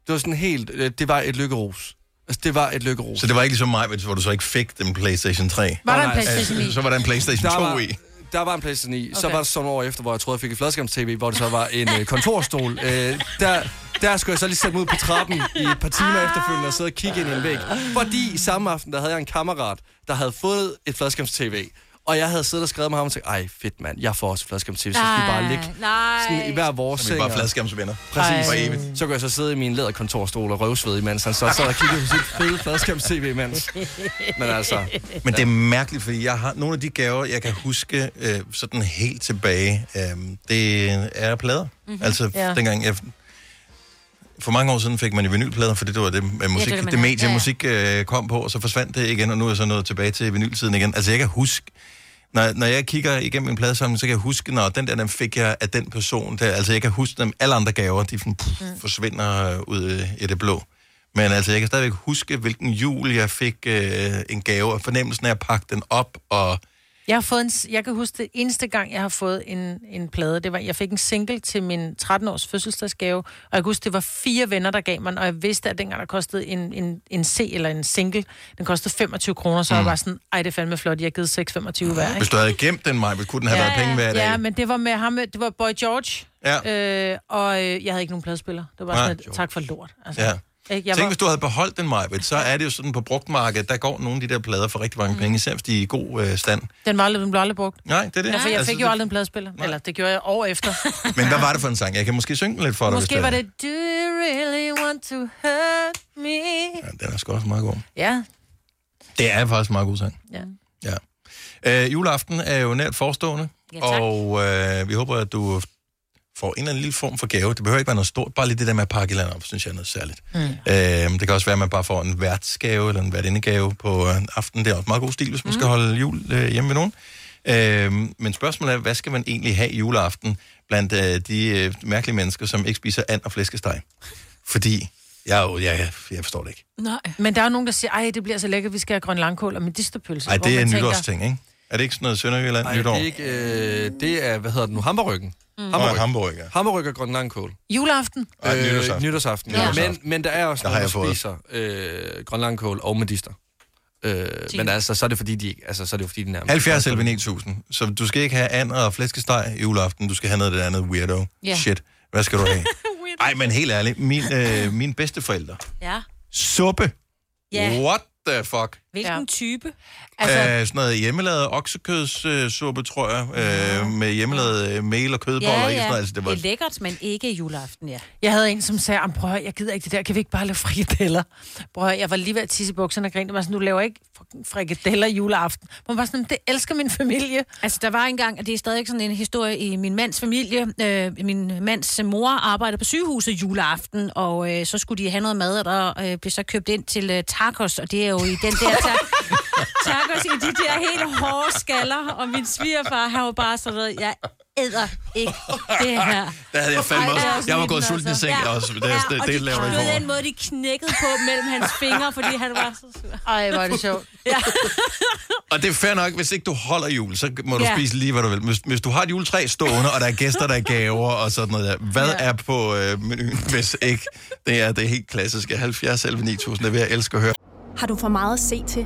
Speaker 4: Det var sådan helt, øh, det var et lykkerus. Altså, det var et lykkerus.
Speaker 2: Så det var ikke ligesom mig, hvor du så ikke fik den PlayStation 3.
Speaker 4: Var der en PlayStation
Speaker 2: Altså,
Speaker 4: i?
Speaker 2: Så var der en PlayStation 2
Speaker 4: Der var-
Speaker 2: i.
Speaker 4: Der var en PlayStation 9. Okay. Så
Speaker 2: Okay.
Speaker 4: var der sådan nogle år efter, hvor jeg troede, jeg fik et fladskærms-tv, hvor det så var en øh, kontorstol. Øh, der, der skulle jeg så lige sætte mig ud på trappen i et par timer efterfølgende og sidde og kigge ind i en væg. Fordi i samme aften, der havde jeg en kammerat, der havde fået et fladskærms-tv. Og jeg havde siddet og skrevet med ham og tænkt, ej fedt mand, jeg får også fladskærms-tv, så skal vi bare ligge
Speaker 5: nej.
Speaker 4: sådan i hver vores
Speaker 2: Så vi
Speaker 4: seng.
Speaker 2: bare
Speaker 4: og-
Speaker 2: fladskærmsvenner.
Speaker 4: Præcis.
Speaker 2: For evigt.
Speaker 4: Så kunne jeg så sidde i min læderkontorstol og røvsved imens han så sad og kiggede på sit fede fladskærms-tv imens. Men
Speaker 1: (laughs)
Speaker 4: altså...
Speaker 2: Men det er mærkeligt, fordi jeg har nogle af de gaver, jeg kan huske øh, sådan helt tilbage. Øh, det er plader.
Speaker 5: Mhm.
Speaker 2: Mm-hmm. Altså,
Speaker 5: Ja.
Speaker 2: ja. dengang jeg... For mange år siden fik man jo vinylplader, for det var det, øh, musik,
Speaker 5: det,
Speaker 2: ja,
Speaker 5: man
Speaker 2: det,
Speaker 5: havde.
Speaker 2: det
Speaker 5: Ja,
Speaker 2: medie, ja,
Speaker 5: ja.
Speaker 2: ja. musik øh, kom på, og så forsvandt det igen, og nu er jeg så nået tilbage til vinyltiden igen. Altså, jeg kan huske... Når, når jeg kigger igennem min pladesamling, så kan jeg huske, når den der, den fik jeg af den person. Der, altså, jeg kan huske dem. Alle andre gaver, de sådan, pff,
Speaker 5: Mm.
Speaker 2: mm. forsvinder øh, ud øh, i det blå. Men altså, jeg kan stadigvæk huske, hvilken jul jeg fik øh, en gave, og fornemmelsen af at pakke den op, og
Speaker 3: Jeg, har fået en, s- jeg kan huske det eneste gang, jeg har fået en, en plade. Det var, jeg fik en single til min 13-års fødselsdagsgave, og jeg kan huske, det var fire venner, der gav mig den, og jeg vidste, at dengang der kostede en, en, en C eller en single, den kostede 25 kroner, så mm. jeg
Speaker 2: Mm.
Speaker 3: var sådan, ej, det er fandme flot, jeg har givet 6,25 hver, ikke?
Speaker 2: hvis du havde gemt den, mig, kunne den have ja, været penge hver dag.
Speaker 3: Ja, men det var med ham, det var Boy George,
Speaker 2: Ja.
Speaker 3: øh, og øh, jeg havde ikke nogen pladespiller. Det var
Speaker 2: Nej,
Speaker 3: sådan, et, tak for lort. Altså.
Speaker 2: Ja.
Speaker 3: Ikke?
Speaker 2: Jeg Tænk, hvis du havde beholdt den, Majbet, så er det jo sådan på brugtmarkedet, der går nogle af de der plader for rigtig mange mm. penge, især hvis de er i god øh, stand.
Speaker 3: Den, var aldrig, den blev aldrig brugt.
Speaker 2: Nej, det er det.
Speaker 3: Ja, for jeg
Speaker 2: Altså,
Speaker 3: fik jo
Speaker 2: det-
Speaker 3: aldrig en pladespiller. Eller det gjorde jeg år efter.
Speaker 2: (laughs) Men hvad var det for en sang? Jeg kan måske synge den lidt for dig.
Speaker 3: Måske
Speaker 2: hvis
Speaker 3: var det, do you really want to hurt me?
Speaker 2: Den er sgu også meget god.
Speaker 3: Ja.
Speaker 2: Det er faktisk en meget god sang.
Speaker 3: ja.
Speaker 2: Ja. Øh, juleaften er jo nært forestående,
Speaker 5: Ja, tak.
Speaker 2: og øh, vi håber, at du får en eller anden lille form for gave. Det behøver ikke være noget stort, bare lige det der med at pakke et eller andet op, synes jeg er noget særligt.
Speaker 5: Mm.
Speaker 2: Øh, det kan også være, at man bare får en værtsgave eller en værtindegave på øh, en aften. Det er også meget god stil, hvis man mm. skal holde jul øh, hjemme ved nogen. Øh, men spørgsmålet er, hvad skal man egentlig have i juleaften blandt øh, de øh, mærkelige mennesker, som ikke spiser and og flæskesteg? Fordi, jeg, er jo- jeg, jeg forstår det ikke.
Speaker 3: Nej. Men der er jo nogen, der siger, ej, det bliver så lækkert, vi skal have grøn langkål og medisterpølse.
Speaker 2: Nej,
Speaker 3: Hvor
Speaker 2: det er
Speaker 3: man
Speaker 2: en
Speaker 3: tænker,
Speaker 2: nytårsting, ikke? Er det ikke sådan noget Sønderjylland
Speaker 4: Nej, det
Speaker 2: nytår?
Speaker 4: er ikke... Øh, det er, hvad hedder det nu? Hamburryggen.
Speaker 3: Mm.
Speaker 2: Nå, ja, hamburg, ja.
Speaker 4: Hamburg og grøn langkål.
Speaker 3: Juleaften?
Speaker 2: Ej, nytårsaften.
Speaker 4: Øh, nytårsaften. Ja.
Speaker 2: Nytårsaften.
Speaker 4: Men, men der er også
Speaker 2: Der
Speaker 4: der
Speaker 2: har
Speaker 4: nogen, der
Speaker 2: jeg fået.
Speaker 4: spiser øh, grøn langkål og medister. Øh, men altså, så er det fordi, de ikke... Altså, så er det jo fordi, de nærmest...
Speaker 2: 70 11 9000. Så du skal ikke have and og flæskesteg i juleaften. Du skal have noget af det andet weirdo.
Speaker 5: Ja.
Speaker 2: Shit. Hvad skal du have? Nej, men helt ærligt. Min, øh, mine bedsteforældre.
Speaker 5: Ja.
Speaker 2: Suppe.
Speaker 5: Ja.
Speaker 2: What the fuck?
Speaker 5: Hvilken ja. type?
Speaker 2: Altså... Øh, sådan noget hjemmelavet oksekødssuppe, tror jeg. Øh, med hjemmelavet øh, mel og kødboller. Ja, ja. Ikke sådan noget. Altså, det var...
Speaker 5: det er lækkert, men ikke juleaften, ja.
Speaker 3: Jeg havde en, som sagde, "Am, prøv at høre, jeg gider ikke det der, kan vi ikke bare lave frikadeller? Prøv at høre, jeg var lige ved at tisse i bukserne og grinte, men sådan, du laver ikke fucking frikadeller juleaften. Man var sådan, det elsker min familie.
Speaker 5: Altså, der var engang, og det er stadig sådan en historie i min mands familie. Øh, min mands mor arbejdede på sygehuset juleaften, og øh, så skulle de have noget mad, og der øh, blev så købt ind til øh, tacos, og det er jo i den
Speaker 2: (laughs)
Speaker 5: der ta- tacos i de der helt hårde skaller, og min svigerfar har jo bare sådan noget, jeg æder ikke det her.
Speaker 2: Der havde jeg fandme
Speaker 5: Ej,
Speaker 2: også.
Speaker 5: det er også
Speaker 2: Jeg var
Speaker 5: lidt
Speaker 2: gået sulten i
Speaker 5: altså.
Speaker 2: seng. Ja. Også. Det, ja, det,
Speaker 5: og
Speaker 2: det,
Speaker 5: de
Speaker 2: laver jeg
Speaker 5: knækkede
Speaker 2: ikke
Speaker 5: den måde, de knækkede på mellem hans fingre, fordi han var så sur.
Speaker 3: Ej, hvor er det sjovt.
Speaker 2: over. Og det er fair nok, hvis ikke du holder jul, så må du
Speaker 5: Ja.
Speaker 2: spise lige, hvad du vil. Hvis, hvis du har et juletræ stående, og der er gæster, der er gaver og sådan noget der. Hvad ja. er på øh, menuen, hvis ikke det er det helt klassiske 70 11 9000? Det vil jeg elske at høre.
Speaker 1: Har du for meget at se til?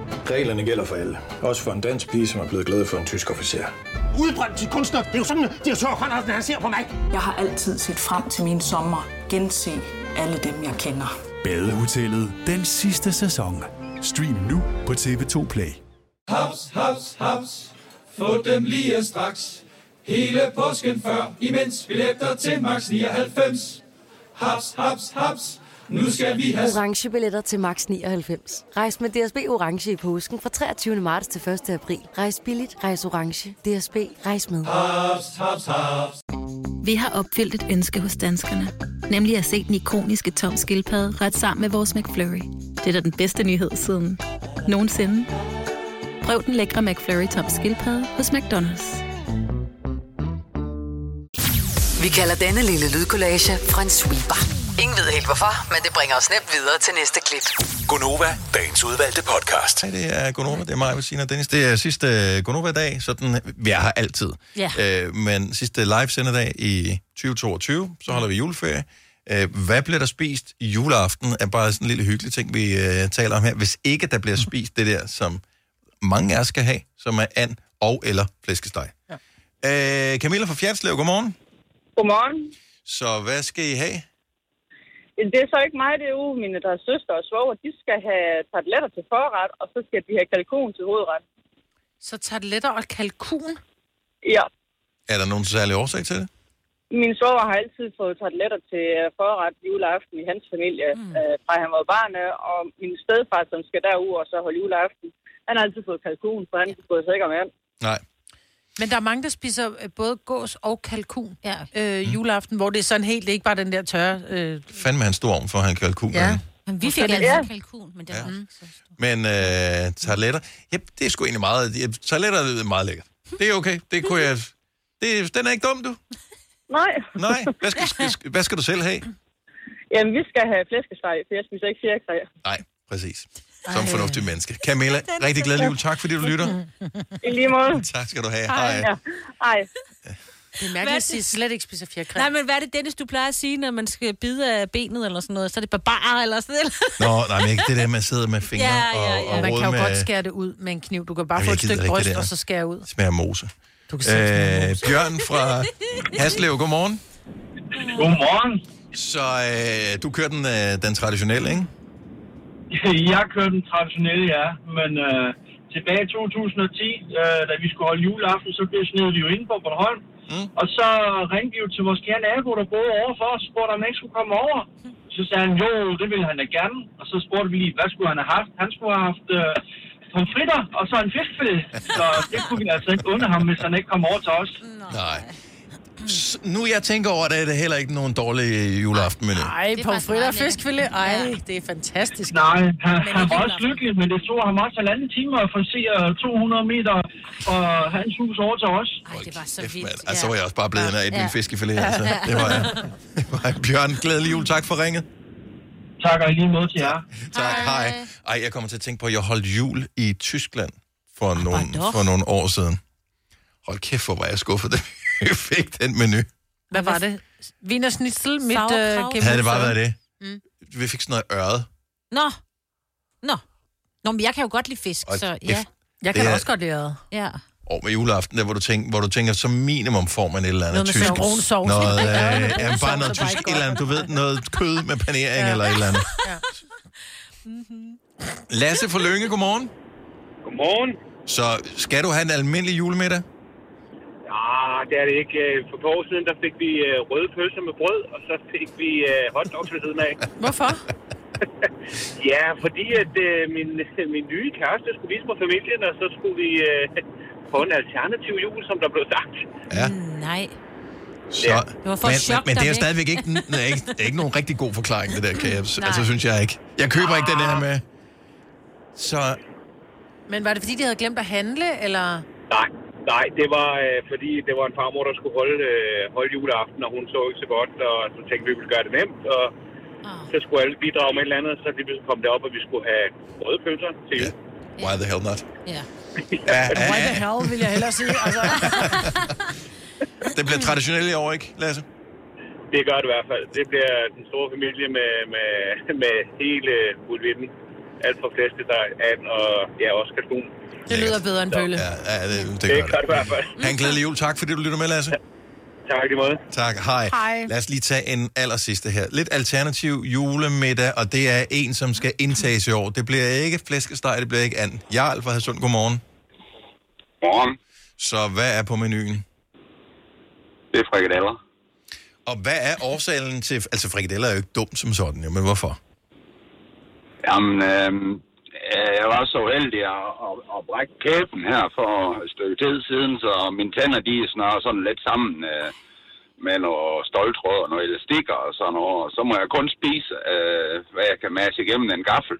Speaker 21: Reglerne gælder for alle. Også for en dansk pige, som er blevet glad for en tysk officer.
Speaker 22: Udbrændt til kunstner. Det er jo sådan, at de har tørt, han, han ser på mig. Jeg har altid set frem til min sommer. Gense alle dem, jeg kender.
Speaker 11: Badehotellet den sidste sæson. Stream nu på TV2 Play.
Speaker 8: Haps, haps, haps. Få dem lige straks. Hele påsken før, imens billetter til max 99. Haps, haps, haps. Nu skal vi have
Speaker 9: Orange billetter til max 99. Rejs med DSB Orange i påsken fra 23. marts til 1. april. Rejs billigt, rejs orange. DSB, rejs med.
Speaker 8: haps, haps, haps.
Speaker 23: Vi har opfyldt et ønske hos danskerne. Nemlig at se den ikoniske tom skildpadde ret sammen med vores McFlurry. Det er da den bedste nyhed siden nogensinde. Prøv den lækre McFlurry tom skildpadde hos McDonald's.
Speaker 6: Vi kalder denne lille lydkollage Frans sweeper. Ingen ved helt hvorfor, men det bringer os nemt videre til næste klip.
Speaker 17: Gunova, dagens udvalgte podcast.
Speaker 2: Hej, det er Gunova, det er mig, Bettina og Dennis. Det er sidste øh, Gunova-dag, sådan vi er her altid.
Speaker 17: Ja.
Speaker 2: Øh, men sidste live-senderdag i 2022, så holder vi juleferie. Øh, hvad bliver der spist i juleaften, er bare sådan en lille hyggelig ting, vi øh, taler om her. Hvis ikke der bliver spist det der, som mange af os skal have, som er and og eller flæskesteg. Ja. Øh, Camilla fra Fjertslev, godmorgen.
Speaker 14: Godmorgen.
Speaker 2: Så hvad skal I have?
Speaker 14: Det er så ikke mig, det er jo mine der er søster og svoger. De skal have tartletter til forret, og så skal de have kalkun til hovedret.
Speaker 3: Så tartletter og kalkun?
Speaker 14: Ja.
Speaker 2: Er der nogen særlig årsag til det?
Speaker 14: Min svoger har altid fået tartletter til øh, forret juleaften i hans familie, mm. øh, fra han var barn, øh, og min stedfar, som skal derud og så holde juleaften, han har altid fået kalkun, for han har fået sig ikke om and.
Speaker 2: Nej.
Speaker 3: Men der er mange, der spiser øh, både gås og kalkun ja.
Speaker 2: Mm.
Speaker 3: øh, juleaften, hvor det er sådan helt, det er ikke bare den der tørre... Øh,
Speaker 2: Fandme med han stor ovn, for han kan kalkun.
Speaker 3: Ja.
Speaker 5: Men vi fik altså-
Speaker 3: det-
Speaker 5: altid
Speaker 3: Ja.
Speaker 5: kalkun, men det var ja.
Speaker 2: Men øh, tarletter, ja, det er sgu egentlig meget... Ja, tarletter er meget lækkert. Det er okay. Det kunne jeg... Det, den er ikke dum, du.
Speaker 14: Nej.
Speaker 2: Nej. Hvad skal, skal, hvad skal du selv have?
Speaker 14: (laughs) Jamen, vi skal have flæskesteg, for jeg spiser ikke fjerkræ.
Speaker 2: Nej, præcis. Som fornuftig menneske. Camilla, rigtig glad jul. Tak, fordi du lytter.
Speaker 14: I lige måde.
Speaker 2: Tak skal du have.
Speaker 14: Hej.
Speaker 2: Hej.
Speaker 14: Ja. Hej.
Speaker 3: det er
Speaker 5: Hvad
Speaker 3: mærkeligt
Speaker 5: er
Speaker 3: at sige,
Speaker 5: det?
Speaker 3: slet ikke spiser fjerkræ.
Speaker 5: Nej, men hvad er det, Dennis, du plejer at sige, når man skal bide af benet eller sådan noget? Så er det barbar eller sådan noget?
Speaker 2: Nå, nej, men ikke det der med at sidde med fingre
Speaker 5: Ja, ja,
Speaker 2: og, og
Speaker 3: Man
Speaker 2: rode
Speaker 3: kan jo
Speaker 2: med
Speaker 3: godt skære det ud med en kniv. Du kan bare
Speaker 2: Jamen,
Speaker 3: få
Speaker 2: jeg
Speaker 3: et
Speaker 2: gider
Speaker 3: stykke
Speaker 2: ikke det
Speaker 3: bryst,
Speaker 2: der.
Speaker 3: og så skære ud.
Speaker 2: smager mose. Du kan øh, Bjørn fra Haslev, godmorgen.
Speaker 7: Godmorgen.
Speaker 2: Så øh, du kører den, øh, den traditionelle, ikke?
Speaker 7: (laughs) Jeg kørte den traditionelle, ja. Men øh, tilbage i 2010, øh, da vi skulle holde juleaften, så blev snedet vi jo inde på Bornholm. Mm. Og så ringte vi jo til vores kære nabo, der boede overfor os, spurgte om han ikke skulle komme over. Så sagde han, jo, det ville han da gerne. Og så spurgte vi lige, hvad skulle han have haft? Han skulle have haft øh, pomfritter og så en fiskfilet. Så det kunne vi altså ikke unde ham, hvis han ikke kom over til os.
Speaker 2: Nej. S- nu jeg tænker over det, er det heller ikke nogen dårlig juleaftenmenu.
Speaker 3: Ej, pomfritter og fiskfilet. Ej, det er fantastisk.
Speaker 7: (laughs) Nej, han, han var også lykkelig, men det tog ham også halvanden time at forsere 200 meter fra hans hus over til os.
Speaker 5: Ej, det var så vildt.
Speaker 2: Altså, så var jeg også bare blevet ja. af
Speaker 5: Ja.
Speaker 2: min fiskefilet. Altså. Det var jeg. (laughs) Det var jeg. Bjørn, glædelig jul. Tak for ringet.
Speaker 7: Tak, og i lige måde til jer.
Speaker 2: Tak, hej. Ej, jeg kommer til at tænke på, at jeg holdt jul i Tyskland for, nogle, for nogle år siden. Hold kæft, hvor var jeg skuffet, (laughs) da vi fik den menu.
Speaker 3: Hvad var det? Wiener Schnitzel mit øh,
Speaker 5: Sauerkraut.
Speaker 3: gennem-
Speaker 2: Havde det bare været det.
Speaker 5: Mm.
Speaker 2: Vi fik sådan noget øret.
Speaker 5: Nå. Nå. Nå, men jeg kan jo godt lide fisk,
Speaker 2: Og
Speaker 5: så
Speaker 2: det-
Speaker 5: ja.
Speaker 2: Jeg kan det er- også
Speaker 3: godt lide det.
Speaker 5: Ja.
Speaker 2: Og med juleaften, der, hvor, du tænker, hvor du tænker, som minimum får man et eller andet
Speaker 5: Noget med
Speaker 2: tysk.
Speaker 5: brun sovs. (laughs)
Speaker 2: Noget, øh,
Speaker 5: Ja,
Speaker 2: ja,
Speaker 5: noget brun
Speaker 2: bare
Speaker 5: sovs
Speaker 2: noget
Speaker 5: er bare
Speaker 2: tysk,
Speaker 5: ikke
Speaker 2: et eller andet, du ved, noget kød med panering ja. eller et eller andet. Ja. Lasse fra Lønge, godmorgen.
Speaker 24: Godmorgen.
Speaker 2: Så skal du have en almindelig julemiddag?
Speaker 24: Ah, det er det ikke. Øh, For et par år siden, der fik vi øh, røde pølser med brød, og så fik vi øh, hotdogs ved
Speaker 5: (laughs)
Speaker 24: siden af.
Speaker 3: Hvorfor?
Speaker 24: (laughs) ja, fordi at øh, min, (laughs) min nye kæreste skulle vise mig familien, og så skulle vi øh, (laughs) få en alternativ jul, som der blev sagt.
Speaker 2: Ja.
Speaker 5: Nej.
Speaker 2: Så,
Speaker 24: Ja.
Speaker 5: Det var for
Speaker 2: men,
Speaker 5: et chok,
Speaker 2: men, men det er
Speaker 5: der
Speaker 2: stadigvæk ikke, n- ikke, det er ikke nogen rigtig god forklaring, det der, kan jeg,
Speaker 3: Nej.
Speaker 2: altså, synes jeg ikke. Jeg køber ikke den der med... Så
Speaker 3: Men var det, fordi de havde glemt at handle, eller...
Speaker 24: Nej, nej, det var øh, fordi, det var en farmor, der skulle holde, øh, holde juleaften, og hun så ikke så godt, og så tænkte vi, vi ville gøre det nemt, og så skulle alle bidrage med et eller andet, så lige pludselig kom det op, at vi skulle have røde pølser til jul.
Speaker 2: Why the hell
Speaker 24: (laughs)
Speaker 2: not?
Speaker 5: Ja.
Speaker 2: Ja,
Speaker 3: Why
Speaker 2: ja,
Speaker 3: the hell, vil jeg hellere sige. Altså,
Speaker 2: det
Speaker 5: Ah.
Speaker 2: bliver traditionelt i år, ikke, Lasse?
Speaker 24: Det gør det i hvert fald. Det bliver den store familie med, med, med hele bulvitten. Alt fra flæskesteg, and og ja, også kalkun.
Speaker 3: det lyder bedre end pølle.
Speaker 2: Ja, ja det, det,
Speaker 24: Det
Speaker 2: gør
Speaker 24: gør det i hvert fald.
Speaker 2: det. Ha' en glædelig jul. Tak, fordi du lytter med, Lasse.
Speaker 24: Tak i måde.
Speaker 2: Tak. Hej.
Speaker 24: Hej.
Speaker 2: Lad os lige tage en aller sidste her. Lidt alternativ julemiddag, og det er en, som skal indtages i år. Det bliver ikke flæskesteg, det bliver ikke and. Jarl fra Hadsund, godmorgen.
Speaker 24: Godmorgen.
Speaker 2: Så hvad er på menuen?
Speaker 24: Det er frikadeller.
Speaker 2: Og hvad er årsagen til... Altså, frikadeller er jo ikke dumt som sådan, jo, men hvorfor?
Speaker 24: Jamen, øh, jeg var så heldig at, at, at brække kæben her for et stykke tid siden, så mine tænder, de er snart sådan lidt sammen øh, med noget stoltråd og noget elastikker og sådan noget. Så må jeg kun spise, øh, hvad jeg kan masse igennem en gaffel.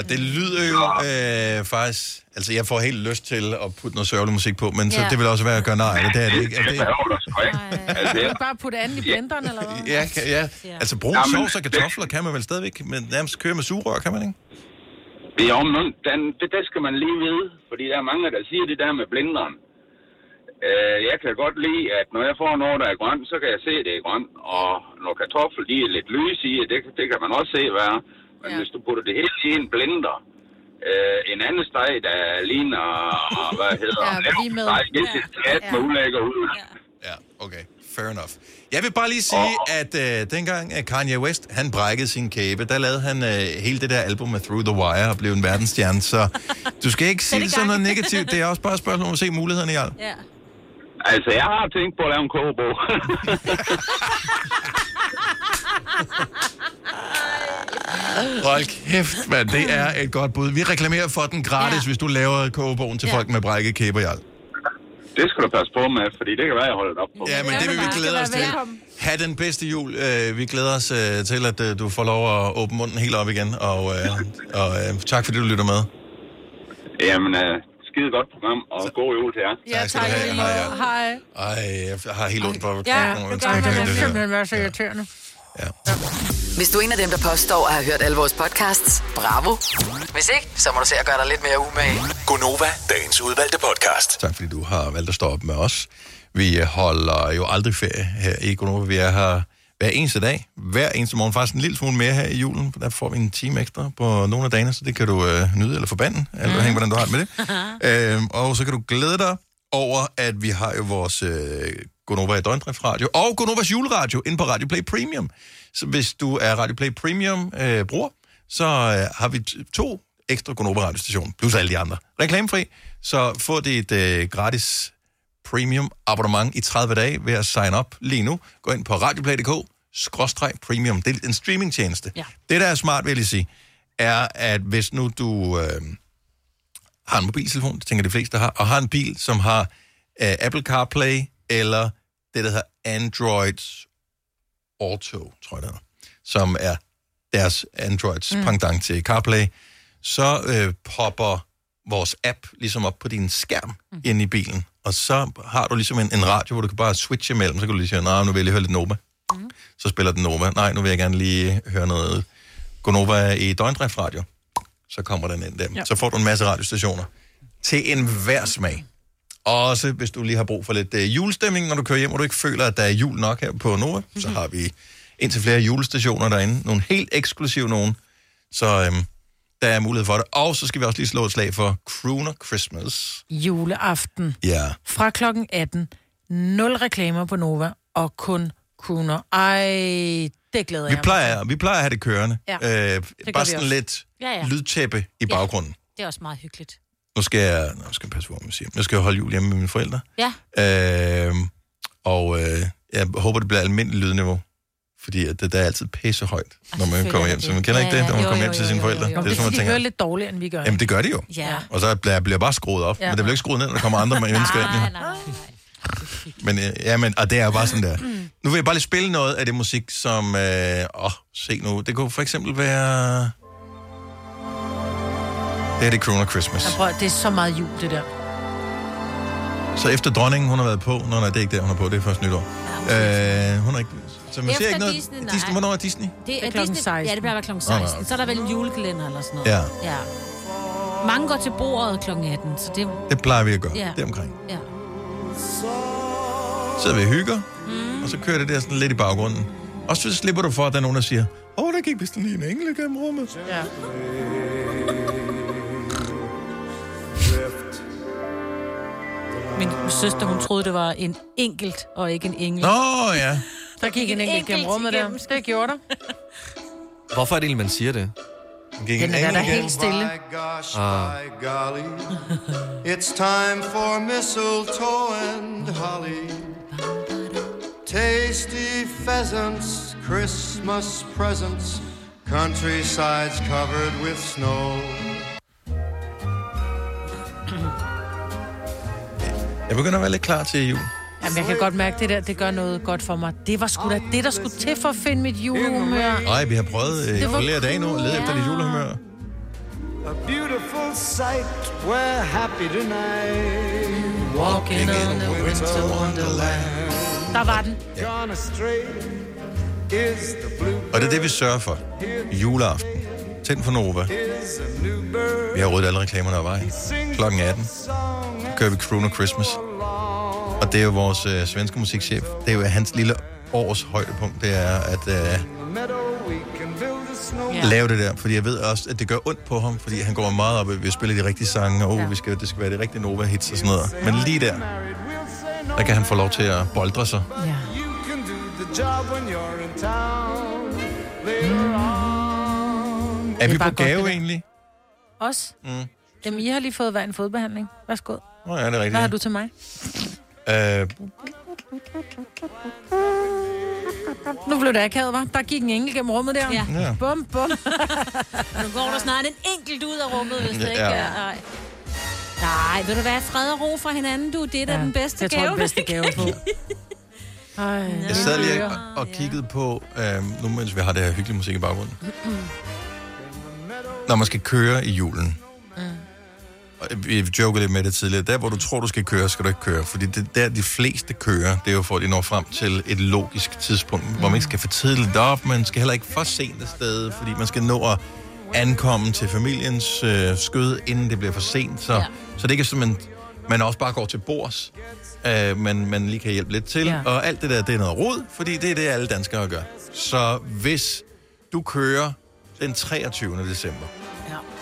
Speaker 2: Og det lyder jo øh, faktisk... Altså, jeg får helt lyst til at putte noget sørgelig musik på, men så
Speaker 3: Ja.
Speaker 2: det vil også være at gøre nej, det er det ikke. Er det,
Speaker 3: Kan du ikke Altså, bare putte andet i blenderen, eller hvad?
Speaker 2: Ja, kan, ja. Altså brun
Speaker 24: Jamen,
Speaker 2: sovs og kartofler kan man vel stadigvæk, men nærmest køre med sugerør, kan man ikke?
Speaker 24: Det er om nogen, den, det, det skal man lige vide, fordi der er mange, der siger det der med blenderen. Øh, jeg kan godt lide, at når jeg får noget, der er grønt, så kan jeg se, at det er grønt. Og når kartofler de er lidt lyse i, det, det kan man også se, hvad er. Men ja. hvis du putter det hele i en blender, øh, en anden steg, der ligner, (laughs) hvad hedder
Speaker 2: Ja,
Speaker 24: det,
Speaker 2: lige med.
Speaker 24: Nej, det er skat med ulækker ud.
Speaker 2: Fair enough. Jeg vil bare lige sige, at øh, dengang at Kanye West, han brækkede sin kæbe, der lavede han øh, hele det der album med Through the Wire og blev en verdensstjerne, så du skal ikke sige sådan noget negativt. Det er også bare et spørgsmål om at se mulighederne, Jarl.
Speaker 5: Ja.
Speaker 24: Altså, jeg har tænkt på at lave en
Speaker 2: (laughs)
Speaker 24: kogebog.
Speaker 2: Hold kæft, mand. Det er et godt bud. Vi reklamerer for den gratis, ja. hvis du laver kogebogen til ja. folk med brækket kæber, Jarl.
Speaker 24: det skal du passe på med, fordi det kan være, jeg holder det op på.
Speaker 2: (laughs) Ja, men det vil vi glæde os til. Ha' den bedste jul. Øh, Vi glæder os øh, til, at øh, du får lov at åbne munden helt op igen. Og, øh, og øh, tak, fordi du lytter med.
Speaker 24: Jamen, øh, skide godt program, og god jul til jer.
Speaker 3: Ja, tak. tak
Speaker 2: have. Hej, Jarl.
Speaker 3: Hej.
Speaker 2: Ej, jeg har helt ondt på at
Speaker 3: Ja,
Speaker 2: nogle
Speaker 3: det
Speaker 2: ønsker,
Speaker 3: gør
Speaker 2: jeg
Speaker 3: man.
Speaker 2: kan
Speaker 3: Det er
Speaker 2: høre.
Speaker 3: simpelthen være så irriterende.
Speaker 6: Hvis du er en af dem, der påstår at have hørt alle vores podcasts, bravo. Hvis ikke, så må du se at gøre dig lidt mere umage.
Speaker 17: Gonova, dagens udvalgte podcast.
Speaker 2: Tak, fordi du har valgt at stå op med os. Vi holder jo aldrig ferie her i Gonova. Vi er her hver eneste dag, hver eneste morgen. Faktisk en lille smule mere her i julen, for der får vi en time ekstra på nogle af
Speaker 16: (laughs)
Speaker 2: dagene, så det kan du øh, nyde eller forbande, alt afhængig, hvordan du har det med det. øhm, og så kan du glæde dig over, at vi har jo vores øh, Gonova i Døgndrift Radio og Gonovas juleradio inde på Radio Play Premium. Så hvis du er Radio Play Premium-bruger, øh, bruger, så øh, har vi t- to ekstra Gonova radiostationer, plus alle de andre. Reklamefri, så få dit øh, gratis premium abonnement i 30 dage ved at sign up lige nu. Gå ind på radioplay.dk, skråstreg premium. Det er en streamingtjeneste. Ja. Det, der er smart, vil jeg sige, er, at hvis nu du øh, har en mobiltelefon, det tænker de fleste har, og har en bil, som har øh, Apple CarPlay eller det, der hedder Android Auto, tror jeg det hedder, som er deres Androids
Speaker 12: Mm.
Speaker 2: mm. pendant til CarPlay, så øh, popper vores app ligesom op på din skærm mm. inde i bilen, og så har du ligesom en, en radio, hvor du kan bare switche imellem, så kan du lige sige, nej, nu vil jeg lige høre lidt Nova. Mm. Så spiller den Nova. Nej, nu vil jeg gerne lige høre noget Gonova i døgndrift radio. Så kommer den ind der.
Speaker 12: Ja.
Speaker 2: Ja. Så får du en masse radiostationer. Til enhver smag. Også hvis du lige har brug for lidt øh, julestemning, når du kører hjem, og du ikke føler, at der er jul nok her på Nova, mm-hmm. så har vi indtil flere julestationer derinde. Nogle helt eksklusive nogen. Så øhm, der er mulighed for det. Og så skal vi også lige slå et slag for Crooner Christmas.
Speaker 3: Juleaften.
Speaker 2: Ja.
Speaker 3: Fra klokken 18. Nul reklamer på Nova, og kun kroner. Ej, det glæder
Speaker 2: Vi
Speaker 3: jeg
Speaker 2: plejer, vi plejer at have det kørende.
Speaker 3: Ja,
Speaker 2: øh,
Speaker 3: det gør
Speaker 2: bare
Speaker 3: vi
Speaker 2: sådan
Speaker 3: også.
Speaker 2: lidt
Speaker 5: Ja, ja.
Speaker 2: lydtæppe i baggrunden.
Speaker 5: Det er også meget hyggeligt.
Speaker 2: Nu skal jeg, nu skal jeg passe på, hvad man siger. Jeg skal jo holde jul hjemme med mine forældre.
Speaker 5: Ja.
Speaker 2: Øh, og øh, jeg håber, det bliver almindeligt lydniveau. Fordi at det, der er altid pissehøjt, når man
Speaker 3: selvfølgelig
Speaker 2: kommer
Speaker 3: er
Speaker 2: hjem.
Speaker 3: det
Speaker 2: Så
Speaker 3: det.
Speaker 2: man kender
Speaker 3: Ja,
Speaker 2: ikke det,
Speaker 3: ja,
Speaker 2: når man
Speaker 3: jo,
Speaker 2: kommer
Speaker 3: jo,
Speaker 2: hjem til
Speaker 3: jo,
Speaker 2: sine forældre.
Speaker 3: Jo,
Speaker 2: Det er sådan, man
Speaker 3: de hører
Speaker 2: tænker,
Speaker 3: lidt dårligere, end vi gør.
Speaker 2: jamen det gør det jo.
Speaker 3: Ja.
Speaker 2: Og så bliver, bliver bare skruet op.
Speaker 3: Ja.
Speaker 2: Men det bliver ikke skruet ned, når der kommer andre mennesker ind.
Speaker 5: Nej,
Speaker 2: Jo.
Speaker 5: nej, nej.
Speaker 2: Men, øh, ja, men, og det er jo bare sådan der. Nu vil jeg bare lige spille noget af det musik, som... Øh, åh, se nu. Det kunne for eksempel være... Det er det Corona Christmas.
Speaker 3: Jeg prøver, det er så meget jul, det der.
Speaker 2: Så efter dronningen, hun har været på... Nå, nej, det er ikke der, hun er på. Det er først nytår. Øh, hun er ikke... Så man ser
Speaker 5: Efter
Speaker 2: ikke noget...
Speaker 5: Disney, nej.
Speaker 2: Disney, hvornår er Disney?
Speaker 5: Det er, Disney,
Speaker 3: klokken
Speaker 5: 16. Ja, det bliver bare klokken
Speaker 2: Nå, nå,
Speaker 5: 16. Så er der vel en julekalender eller sådan noget.
Speaker 2: Ja.
Speaker 5: ja. Mange går til bordet klokken 18, så det...
Speaker 2: Det plejer vi at gøre.
Speaker 5: Ja.
Speaker 2: Det er omkring.
Speaker 5: Ja.
Speaker 2: Så sidder vi og hygger, mm. og så kører det der sådan lidt i baggrunden. Og så slipper du for, at der er nogen, der siger, åh, oh, der gik vist lige en engel gennem rummet.
Speaker 3: Ja. Min søster, hun troede, det var en enkelt og ikke en engel.
Speaker 2: Nå, ja.
Speaker 3: Der gik en enkelt gennem rummet der. Det gjorde der.
Speaker 4: Hvorfor er det egentlig, man siger det?
Speaker 2: Gik
Speaker 3: Den er der helt stille.
Speaker 4: Ah.
Speaker 16: golly, it's time for mistletoe and holly. Tasty pheasants, Christmas presents, countrysides covered with snow.
Speaker 2: Jeg begynder at være lidt klar til jul.
Speaker 3: (laughs) Jamen, jeg kan godt mærke det der, det gør noget godt for mig. Det var sgu da det, der skulle til for at finde mit julehumør.
Speaker 2: Nej, vi har prøvet øh,
Speaker 3: Det var
Speaker 2: flere dage nu at lede
Speaker 3: cool.
Speaker 2: efter dit julehumør.
Speaker 16: A beautiful sight, we're happy tonight. Walking in a winter wonderland.
Speaker 3: Der var den.
Speaker 16: Gone astray is the blue
Speaker 2: Og det er det, vi sørger for. Juleaften. Tænd for Nova.
Speaker 16: is a new
Speaker 2: Vi har ryddet alle reklamerne af vejen. Klokken 18. Kører vi Corona Christmas. Og det er jo vores øh, svenske musikchef. Det er jo hans lille års højdepunkt. Det er at øh,
Speaker 16: meadow. We can build a snow.
Speaker 2: lave det der. Fordi jeg ved også, at det gør ondt på ham. Fordi han går meget op i, at vi spiller de rigtige sange. Og oh, vi skal, det skal være de rigtige Nova-hits og sådan noget. Men lige der, der kan han få lov til at boldre sig.
Speaker 16: You can do the job when you're in town. Later on.
Speaker 2: Er vi
Speaker 16: bare
Speaker 2: på
Speaker 16: godt, det
Speaker 2: gave
Speaker 16: der.
Speaker 2: egentlig?
Speaker 3: Os?
Speaker 2: Mm.
Speaker 3: Jamen, I har lige fået hver en fodbehandling. Værsgo.
Speaker 2: Nå ja, det er rigtigt.
Speaker 3: Hvad har du til mig?
Speaker 2: Øh,
Speaker 3: Nu blev det akavet, var. Der gik en engel gennem rummet der.
Speaker 2: Ja.
Speaker 3: Bum, bum. (laughs)
Speaker 5: Nu går der snart en enkelt ud af rummet, hvis det
Speaker 3: Ja.
Speaker 5: ikke er... Nej. Nej, vil du være fred og ro fra hinanden, du? Det er da
Speaker 3: Ja,
Speaker 5: den bedste
Speaker 3: jeg tror,
Speaker 5: gave,
Speaker 3: den bedste
Speaker 5: man kan
Speaker 3: gave på.
Speaker 5: give.
Speaker 3: Ej,
Speaker 2: jeg sad lige og, og kiggede på, øh, nu mens vi har det her hyggelige musik i baggrunden. når man skal køre i julen. Og Vi jokede lidt med det tidligere. Der, hvor du tror, du skal køre, skal du ikke køre. Fordi det er der, de fleste kører, det er jo for, at de når frem til et logisk tidspunkt, hvor man ikke skal for tidligt op, man skal heller ikke for sent afsted, fordi man skal nå at ankomme til familiens øh, skød, inden det bliver for sent. Så, ja. så det ikke er sådan, man, man også bare går til bords, øh, men man lige kan hjælpe lidt til. Ja. Og alt det der, det er noget rod, fordi det er det, alle danskere gør. Så hvis du kører den 23. december,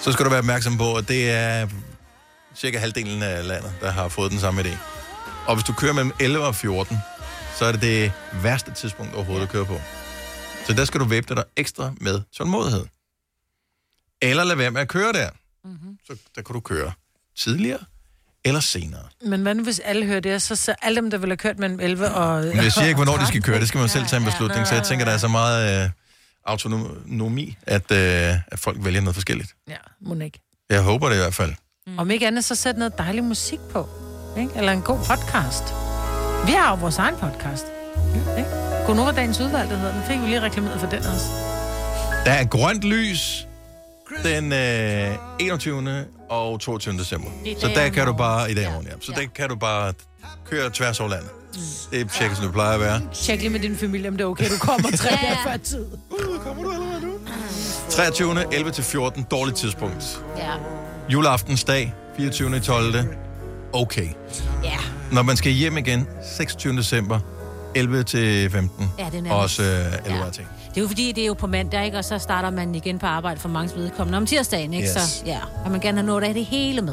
Speaker 2: så skal du være opmærksom på, at det er cirka halvdelen af landet, der har fået den samme idé. Og hvis du kører mellem 11 og 14, så er det det værste tidspunkt overhovedet at køre på. Så der skal du væbne dig ekstra med tålmodighed. Eller lad være med at køre der. Mm-hmm. Så der kan du køre tidligere eller senere.
Speaker 3: Men hvad nu, hvis alle hører det, så, så alle dem, der ville have kørt mellem 11 og...
Speaker 2: Men jeg siger ikke, hvornår de skal køre. Det skal man jo selv tage en beslutning. Så jeg tænker, der er så meget øh, autonomi, at, øh, at folk vælger noget forskelligt.
Speaker 3: Ja, må ikke.
Speaker 2: Jeg håber det i hvert fald.
Speaker 3: Mm. Om ikke andet, så sæt noget dejlig musik på. Ikke? Eller en god podcast. Vi har jo vores egen podcast. Ikke? Godnova Dagens Udvalgte hedder den. Fik vi lige reklameret for den også.
Speaker 2: Der er grønt lys den øh, 21. og 22. december.
Speaker 3: I dag
Speaker 2: Så der
Speaker 3: og
Speaker 2: kan du bare, i dag og morgen, ja. Mm. Så der kan du bare køre tværs over landet. Det er cirka, som det plejer at være.
Speaker 3: Tjek lige med din familie, om det er okay, du kommer (laughs) tre
Speaker 12: Ja.
Speaker 3: dage før tid. Uh, kommer du allerede nu?
Speaker 2: 23. 11 til 14, dårligt tidspunkt.
Speaker 5: Ja.
Speaker 2: Juleaftens dag, 24. 12. Okay.
Speaker 5: Ja.
Speaker 2: Når man skal hjem igen, 26. december, 11 til 15.
Speaker 5: Ja, det er nærmest.
Speaker 2: Også øh, 11 ja. ting.
Speaker 5: Det er jo fordi, det er jo på mandag, ikke? Og så starter man igen på arbejde for mange vedkommende om tirsdagen, ikke?
Speaker 2: Yes.
Speaker 5: Så ja, og man gerne har nået af det hele med.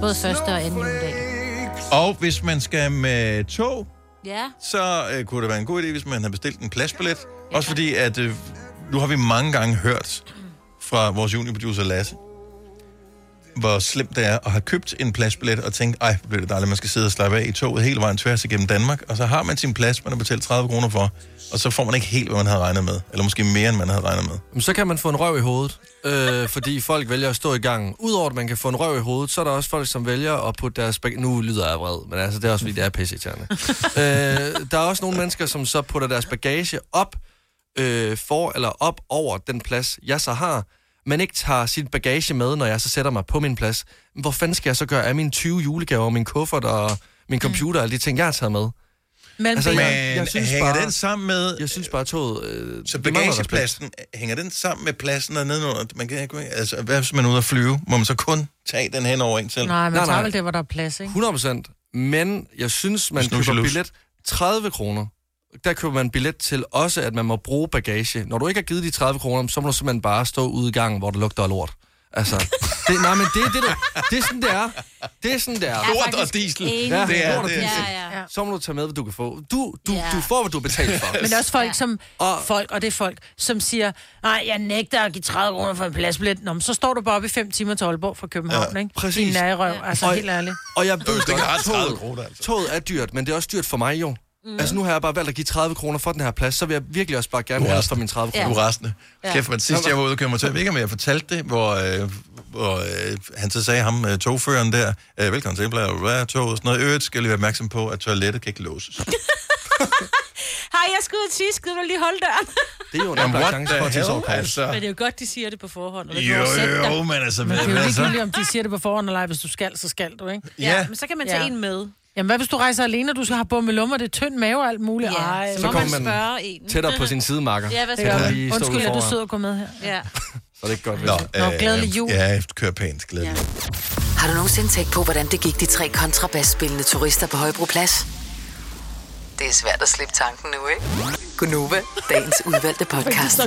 Speaker 5: Både første og anden juledag.
Speaker 2: Og hvis man skal med tog,
Speaker 5: Ja.
Speaker 2: så øh, kunne det være en god idé, hvis man havde bestilt en pladsbillet. Også fordi, at øh, nu har vi mange gange hørt fra vores juniorproducer Lasse, hvor slemt det er at have købt en pladsbillet og tænkt, ej, hvor bliver det dejligt, man skal sidde og slappe af i toget hele vejen tværs igennem Danmark, og så har man sin plads, man har betalt 30 kroner for, og så får man ikke helt, hvad man havde regnet med, eller måske mere, end man havde regnet med.
Speaker 4: Men så kan man få en røv i hovedet, øh, fordi folk vælger at stå i gangen. Udover at man kan få en røv i hovedet, så er der også folk, som vælger at putte deres... Bag- nu lyder jeg vred, men altså, det er også fordi, det er
Speaker 3: (laughs)
Speaker 4: pisseirriterende. øh, der er også nogle mennesker, som så putter deres bagage op, øh, for eller op over den plads, jeg så har, men ikke tager sin bagage med, når jeg så sætter mig på min plads. Men Hvor fanden skal jeg så gøre af mine 20 julegaver, min kuffert og
Speaker 2: Mm.
Speaker 4: min computer og alle de ting, jeg har taget med?
Speaker 3: Mellem
Speaker 4: Altså,
Speaker 2: Men hænger den sammen med...
Speaker 4: Jeg synes bare, toget... Øh,
Speaker 2: Så
Speaker 4: det mangler respekt.
Speaker 2: bagagepladsen, hænger den sammen med pladsen der nedenunder? Man kan, ikke- altså, hvad hvis man er ude at flyve? Må man så kun tage den hen over en selv?
Speaker 3: Nej, man tager vel det, hvor der er plads, ikke?
Speaker 4: 100 procent. Men jeg synes, man
Speaker 2: Snus i
Speaker 4: køber
Speaker 2: lus.
Speaker 4: billet 30 kroner. Der køber man billet til også, at man må bruge bagage. Når du ikke har givet de 30 kroner, så må du simpelthen bare stå ude i gangen, hvor det lugter af lort. Altså, det, nej, men det, er det, der, det er sådan, det er. Det er sådan, det er.
Speaker 2: Jeg er Lort og faktisk diesel. enig.
Speaker 4: Ja,
Speaker 2: Det
Speaker 4: det
Speaker 2: er-
Speaker 4: er, lort og
Speaker 2: det er-
Speaker 4: diesel.
Speaker 2: Ja,
Speaker 4: Ja,
Speaker 3: ja.
Speaker 4: ja. Så må du tage med, hvad du kan få. Du, du,
Speaker 3: Ja.
Speaker 4: ja. du får, hvad du har betalt for.
Speaker 3: Men der er også folk, ja. som og... folk, og det er folk, som siger, nej, jeg nægter at give 30 kroner for en pladsbillet. Nå, men så står du bare op i 5 timer til Aalborg fra København, ja,
Speaker 4: Ja,
Speaker 3: ikke?
Speaker 4: præcis.
Speaker 3: Din nærerøv, altså
Speaker 4: Og-
Speaker 3: helt ærligt.
Speaker 4: Og jeg ved
Speaker 2: kan
Speaker 4: godt,
Speaker 2: rette 30
Speaker 4: toget,
Speaker 2: kroner, altså.
Speaker 4: toget er dyrt, men det er også dyrt for mig jo.
Speaker 2: Mm.
Speaker 4: Mm. Altså nu har jeg bare valgt at give 30 kroner for den her plads, så vil jeg virkelig også bare gerne
Speaker 2: Du er
Speaker 4: have
Speaker 2: resten.
Speaker 4: for mine 30
Speaker 2: Ja.
Speaker 4: kroner.
Speaker 2: Du er resten. Ja. Kæft, men sidst jeg var ude og køre mig til, jeg ved ikke, om jeg fortalte det, hvor, øh, hvor øh, han så sagde ham, øh, togføreren der, øh, velkommen til, bla, bla, bla, toget og sådan noget. I Øvrigt skal jeg lige være opmærksom på, at toilettet kan ikke låses.
Speaker 5: Hej, jeg skal ud og tisse. Skal du lige holde døren?
Speaker 4: Det er jo en
Speaker 2: Jamen,
Speaker 4: oplagt
Speaker 2: what
Speaker 4: chance
Speaker 2: the
Speaker 4: for at tisse
Speaker 2: hell,
Speaker 4: over på.
Speaker 2: altså?
Speaker 5: Men det er jo godt, de siger det på forhånd. og det kan
Speaker 2: Jo,
Speaker 5: sætte dig.
Speaker 2: jo, men altså...
Speaker 3: Men
Speaker 2: Hvad,
Speaker 3: det er jo
Speaker 2: hvad
Speaker 3: ikke
Speaker 2: så?
Speaker 3: muligt, om de siger det på forhånd eller ej. Hvis du skal, så skal du, ikke?
Speaker 2: Ja. Ja, men
Speaker 5: så kan man tage en med.
Speaker 3: Jamen, hvad hvis du rejser alene, og du skal have bumme lummer, det er tynd mave og alt muligt? Ja, ej,
Speaker 4: Så kommer man tættere på sin sidemarker.
Speaker 3: Ja, hvad
Speaker 4: Så
Speaker 3: skal
Speaker 4: kan
Speaker 3: du?
Speaker 4: man lige stå
Speaker 3: Undskyld,
Speaker 4: ude
Speaker 3: er du
Speaker 4: foran.
Speaker 3: sød at gå med her?
Speaker 5: Ja.
Speaker 4: Så er det ikke godt.
Speaker 2: Nå,
Speaker 4: vel?
Speaker 2: øh,
Speaker 3: glædelig jul.
Speaker 2: Ja, kør pænt, glædelig jul.
Speaker 6: Har du nogensinde tænkt på, hvordan det gik de tre kontrabasspillende turister på Højbroplads? Det er svært at slippe tanken nu, ikke? Gunova, dagens udvalgte podcast.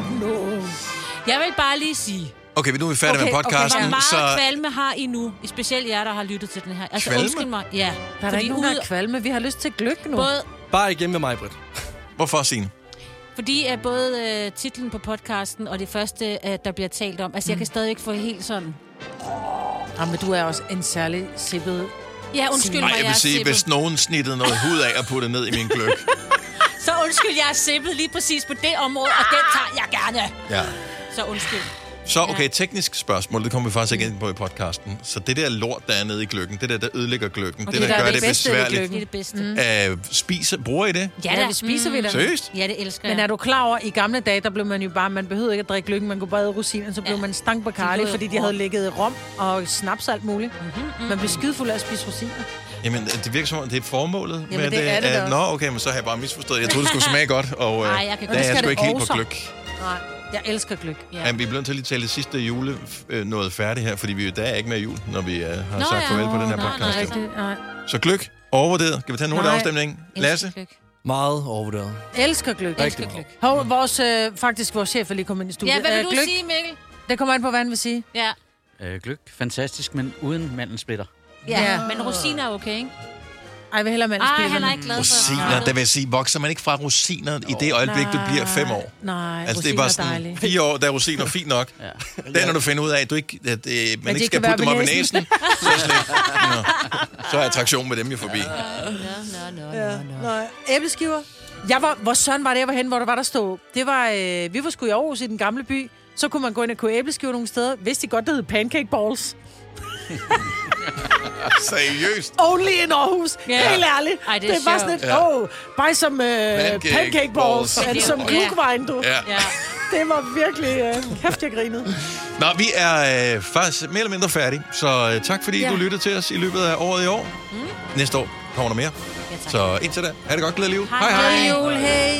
Speaker 5: Jeg vil bare lige sige...
Speaker 2: Okay, nu er vi færdige med podcasten,
Speaker 5: hvor meget
Speaker 2: så...
Speaker 5: kvalme har I nu? Specielt jer, der har lyttet til den her. Altså,
Speaker 2: Kvalme?
Speaker 5: undskyld mig. Ja.
Speaker 3: Der er da
Speaker 5: fordi
Speaker 3: ikke nogen, der
Speaker 5: ud-
Speaker 3: er kvalme. Vi har lyst til gløk nu.
Speaker 5: Både,
Speaker 4: Bare igen med mig, Britt.
Speaker 2: Hvorfor, Signe?
Speaker 5: fordi at både øh, titlen på podcasten og det første, øh, der bliver talt om.
Speaker 2: Mm.
Speaker 5: Altså, jeg kan stadig ikke få helt sådan...
Speaker 3: Ja, men du er også en særlig sippet...
Speaker 5: Ja, undskyld
Speaker 2: Nej,
Speaker 5: mig,
Speaker 2: jeg vil
Speaker 5: er
Speaker 2: sige,
Speaker 5: sippet.
Speaker 2: hvis nogen snittede noget hud af og puttede ned i min
Speaker 3: (laughs)
Speaker 2: gløk.
Speaker 5: Så undskyld, jeg er sippet lige præcis på det område, og den tager jeg gerne.
Speaker 2: Ja.
Speaker 5: Så undskyld.
Speaker 2: Så okay, teknisk spørgsmål, det kommer vi faktisk ikke ind på i podcasten. Så det der lort, der er nede i gløkken, det der, der ødelægger gløkken, det, det der, gør det, besværligt.
Speaker 5: Det er det bedste. Mm.
Speaker 2: Øh, spiser, bruger I det?
Speaker 5: Ja,
Speaker 3: Ja,
Speaker 5: da.
Speaker 3: vi spiser vi da.
Speaker 2: Seriøst?
Speaker 5: Ja, det elsker
Speaker 3: Men
Speaker 5: jeg.
Speaker 3: er du klar over, i gamle dage, der blev man jo bare, man behøvede ikke at drikke lykken, man kunne bare æde rosiner, så blev man stank Bacardi,
Speaker 5: Det
Speaker 3: fordi de
Speaker 5: blev-
Speaker 3: havde ligget rom og snaps og alt muligt. Man blev skidefuld af at spise rosiner.
Speaker 2: Jamen, det virker som om, det er formålet
Speaker 3: Jamen,
Speaker 2: med
Speaker 3: det er det da
Speaker 2: at-
Speaker 3: også.
Speaker 2: Nå, okay, men så har jeg bare misforstået. Jeg troede, det skulle smage godt, og øh,
Speaker 3: Ej, jeg kan
Speaker 2: der
Speaker 3: godt-
Speaker 2: er jeg
Speaker 3: Skal
Speaker 2: sgu
Speaker 3: det
Speaker 2: ikke helt på
Speaker 3: også?
Speaker 2: gløk.
Speaker 3: Nej, jeg elsker gløk.
Speaker 2: Ja. Jamen, vi bliver nødt til at lige tale det sidste jule øh, noget færdigt her, fordi vi der er ikke mere jul, når vi øh, har
Speaker 3: Nå,
Speaker 2: sagt
Speaker 3: ja.
Speaker 2: farvel på den her
Speaker 3: Nå,
Speaker 2: podcast.
Speaker 3: nej, det- nej.
Speaker 2: Så gløk, overvurderet. Skal vi tage en hurtig
Speaker 3: Nej.
Speaker 2: afstemning? Lasse?
Speaker 4: Meget overvurderet.
Speaker 3: Elsker gløk.
Speaker 4: Elsker
Speaker 3: gløk.
Speaker 2: Mm.
Speaker 3: Hov, vores, øh, faktisk vores chef er lige kommet ind i studiet.
Speaker 5: Ja, hvad vil
Speaker 3: Øh,
Speaker 5: du
Speaker 3: gløgg,
Speaker 5: sige, Mikkel?
Speaker 3: Det kommer an på, hvad han vil sige.
Speaker 5: Ja.
Speaker 15: Øh, gløk, fantastisk, men uden mandelsplitter.
Speaker 5: Ja, men rosiner er okay, ikke?
Speaker 3: Ej, jeg vil hellere manden
Speaker 5: Ej, han er ikke glad for
Speaker 2: Rosiner, der vil jeg sige, vokser man ikke fra rosiner i det øjeblik, du bliver fem år?
Speaker 3: Nej,
Speaker 2: altså, det er bare sådan, fire år, der er rosiner fint nok. ja. Der, når du finder ud af, at, du ikke, at øh, man
Speaker 3: de
Speaker 2: ikke
Speaker 3: kan
Speaker 2: skal
Speaker 3: være
Speaker 2: putte dem op i
Speaker 3: ved
Speaker 2: næsen,
Speaker 3: næsen.
Speaker 2: så, er slet, Nå. så er attraktionen med dem jo forbi.
Speaker 3: Nej. Æbleskiver. Jeg var, hvor søren var det, jeg var henne, hvor der var, der stod? Det var, øh, vi var sgu i Aarhus i den gamle by. Så kunne man gå ind og købe æbleskiver nogle steder. Vidste de godt, det hed pancake balls.
Speaker 2: Seriøst?
Speaker 3: Only in Aarhus.
Speaker 5: Ja.
Speaker 3: Yeah. Helt ærligt.
Speaker 5: Ej, det
Speaker 3: det,
Speaker 5: er
Speaker 3: er bare
Speaker 5: sjovt.
Speaker 3: sådan lidt,
Speaker 5: Ja.
Speaker 3: åh, oh, bare som øh, pancake, pancake balls.
Speaker 2: balls.
Speaker 3: balls. som
Speaker 2: Ja.
Speaker 3: klugvejen, du.
Speaker 2: Ja.
Speaker 5: Ja.
Speaker 3: Det var virkelig... Øh, kæft, jeg grinede.
Speaker 2: Nå, vi er øh, faktisk mere eller mindre færdige, så øh, tak fordi
Speaker 3: Ja.
Speaker 2: ja. du lyttede til os i løbet af året i år. Mm. Næste år kommer der mere. Ja, så indtil da, ha' det godt, glædelig jul.
Speaker 3: Hej, hej. Glædelig jul, hey.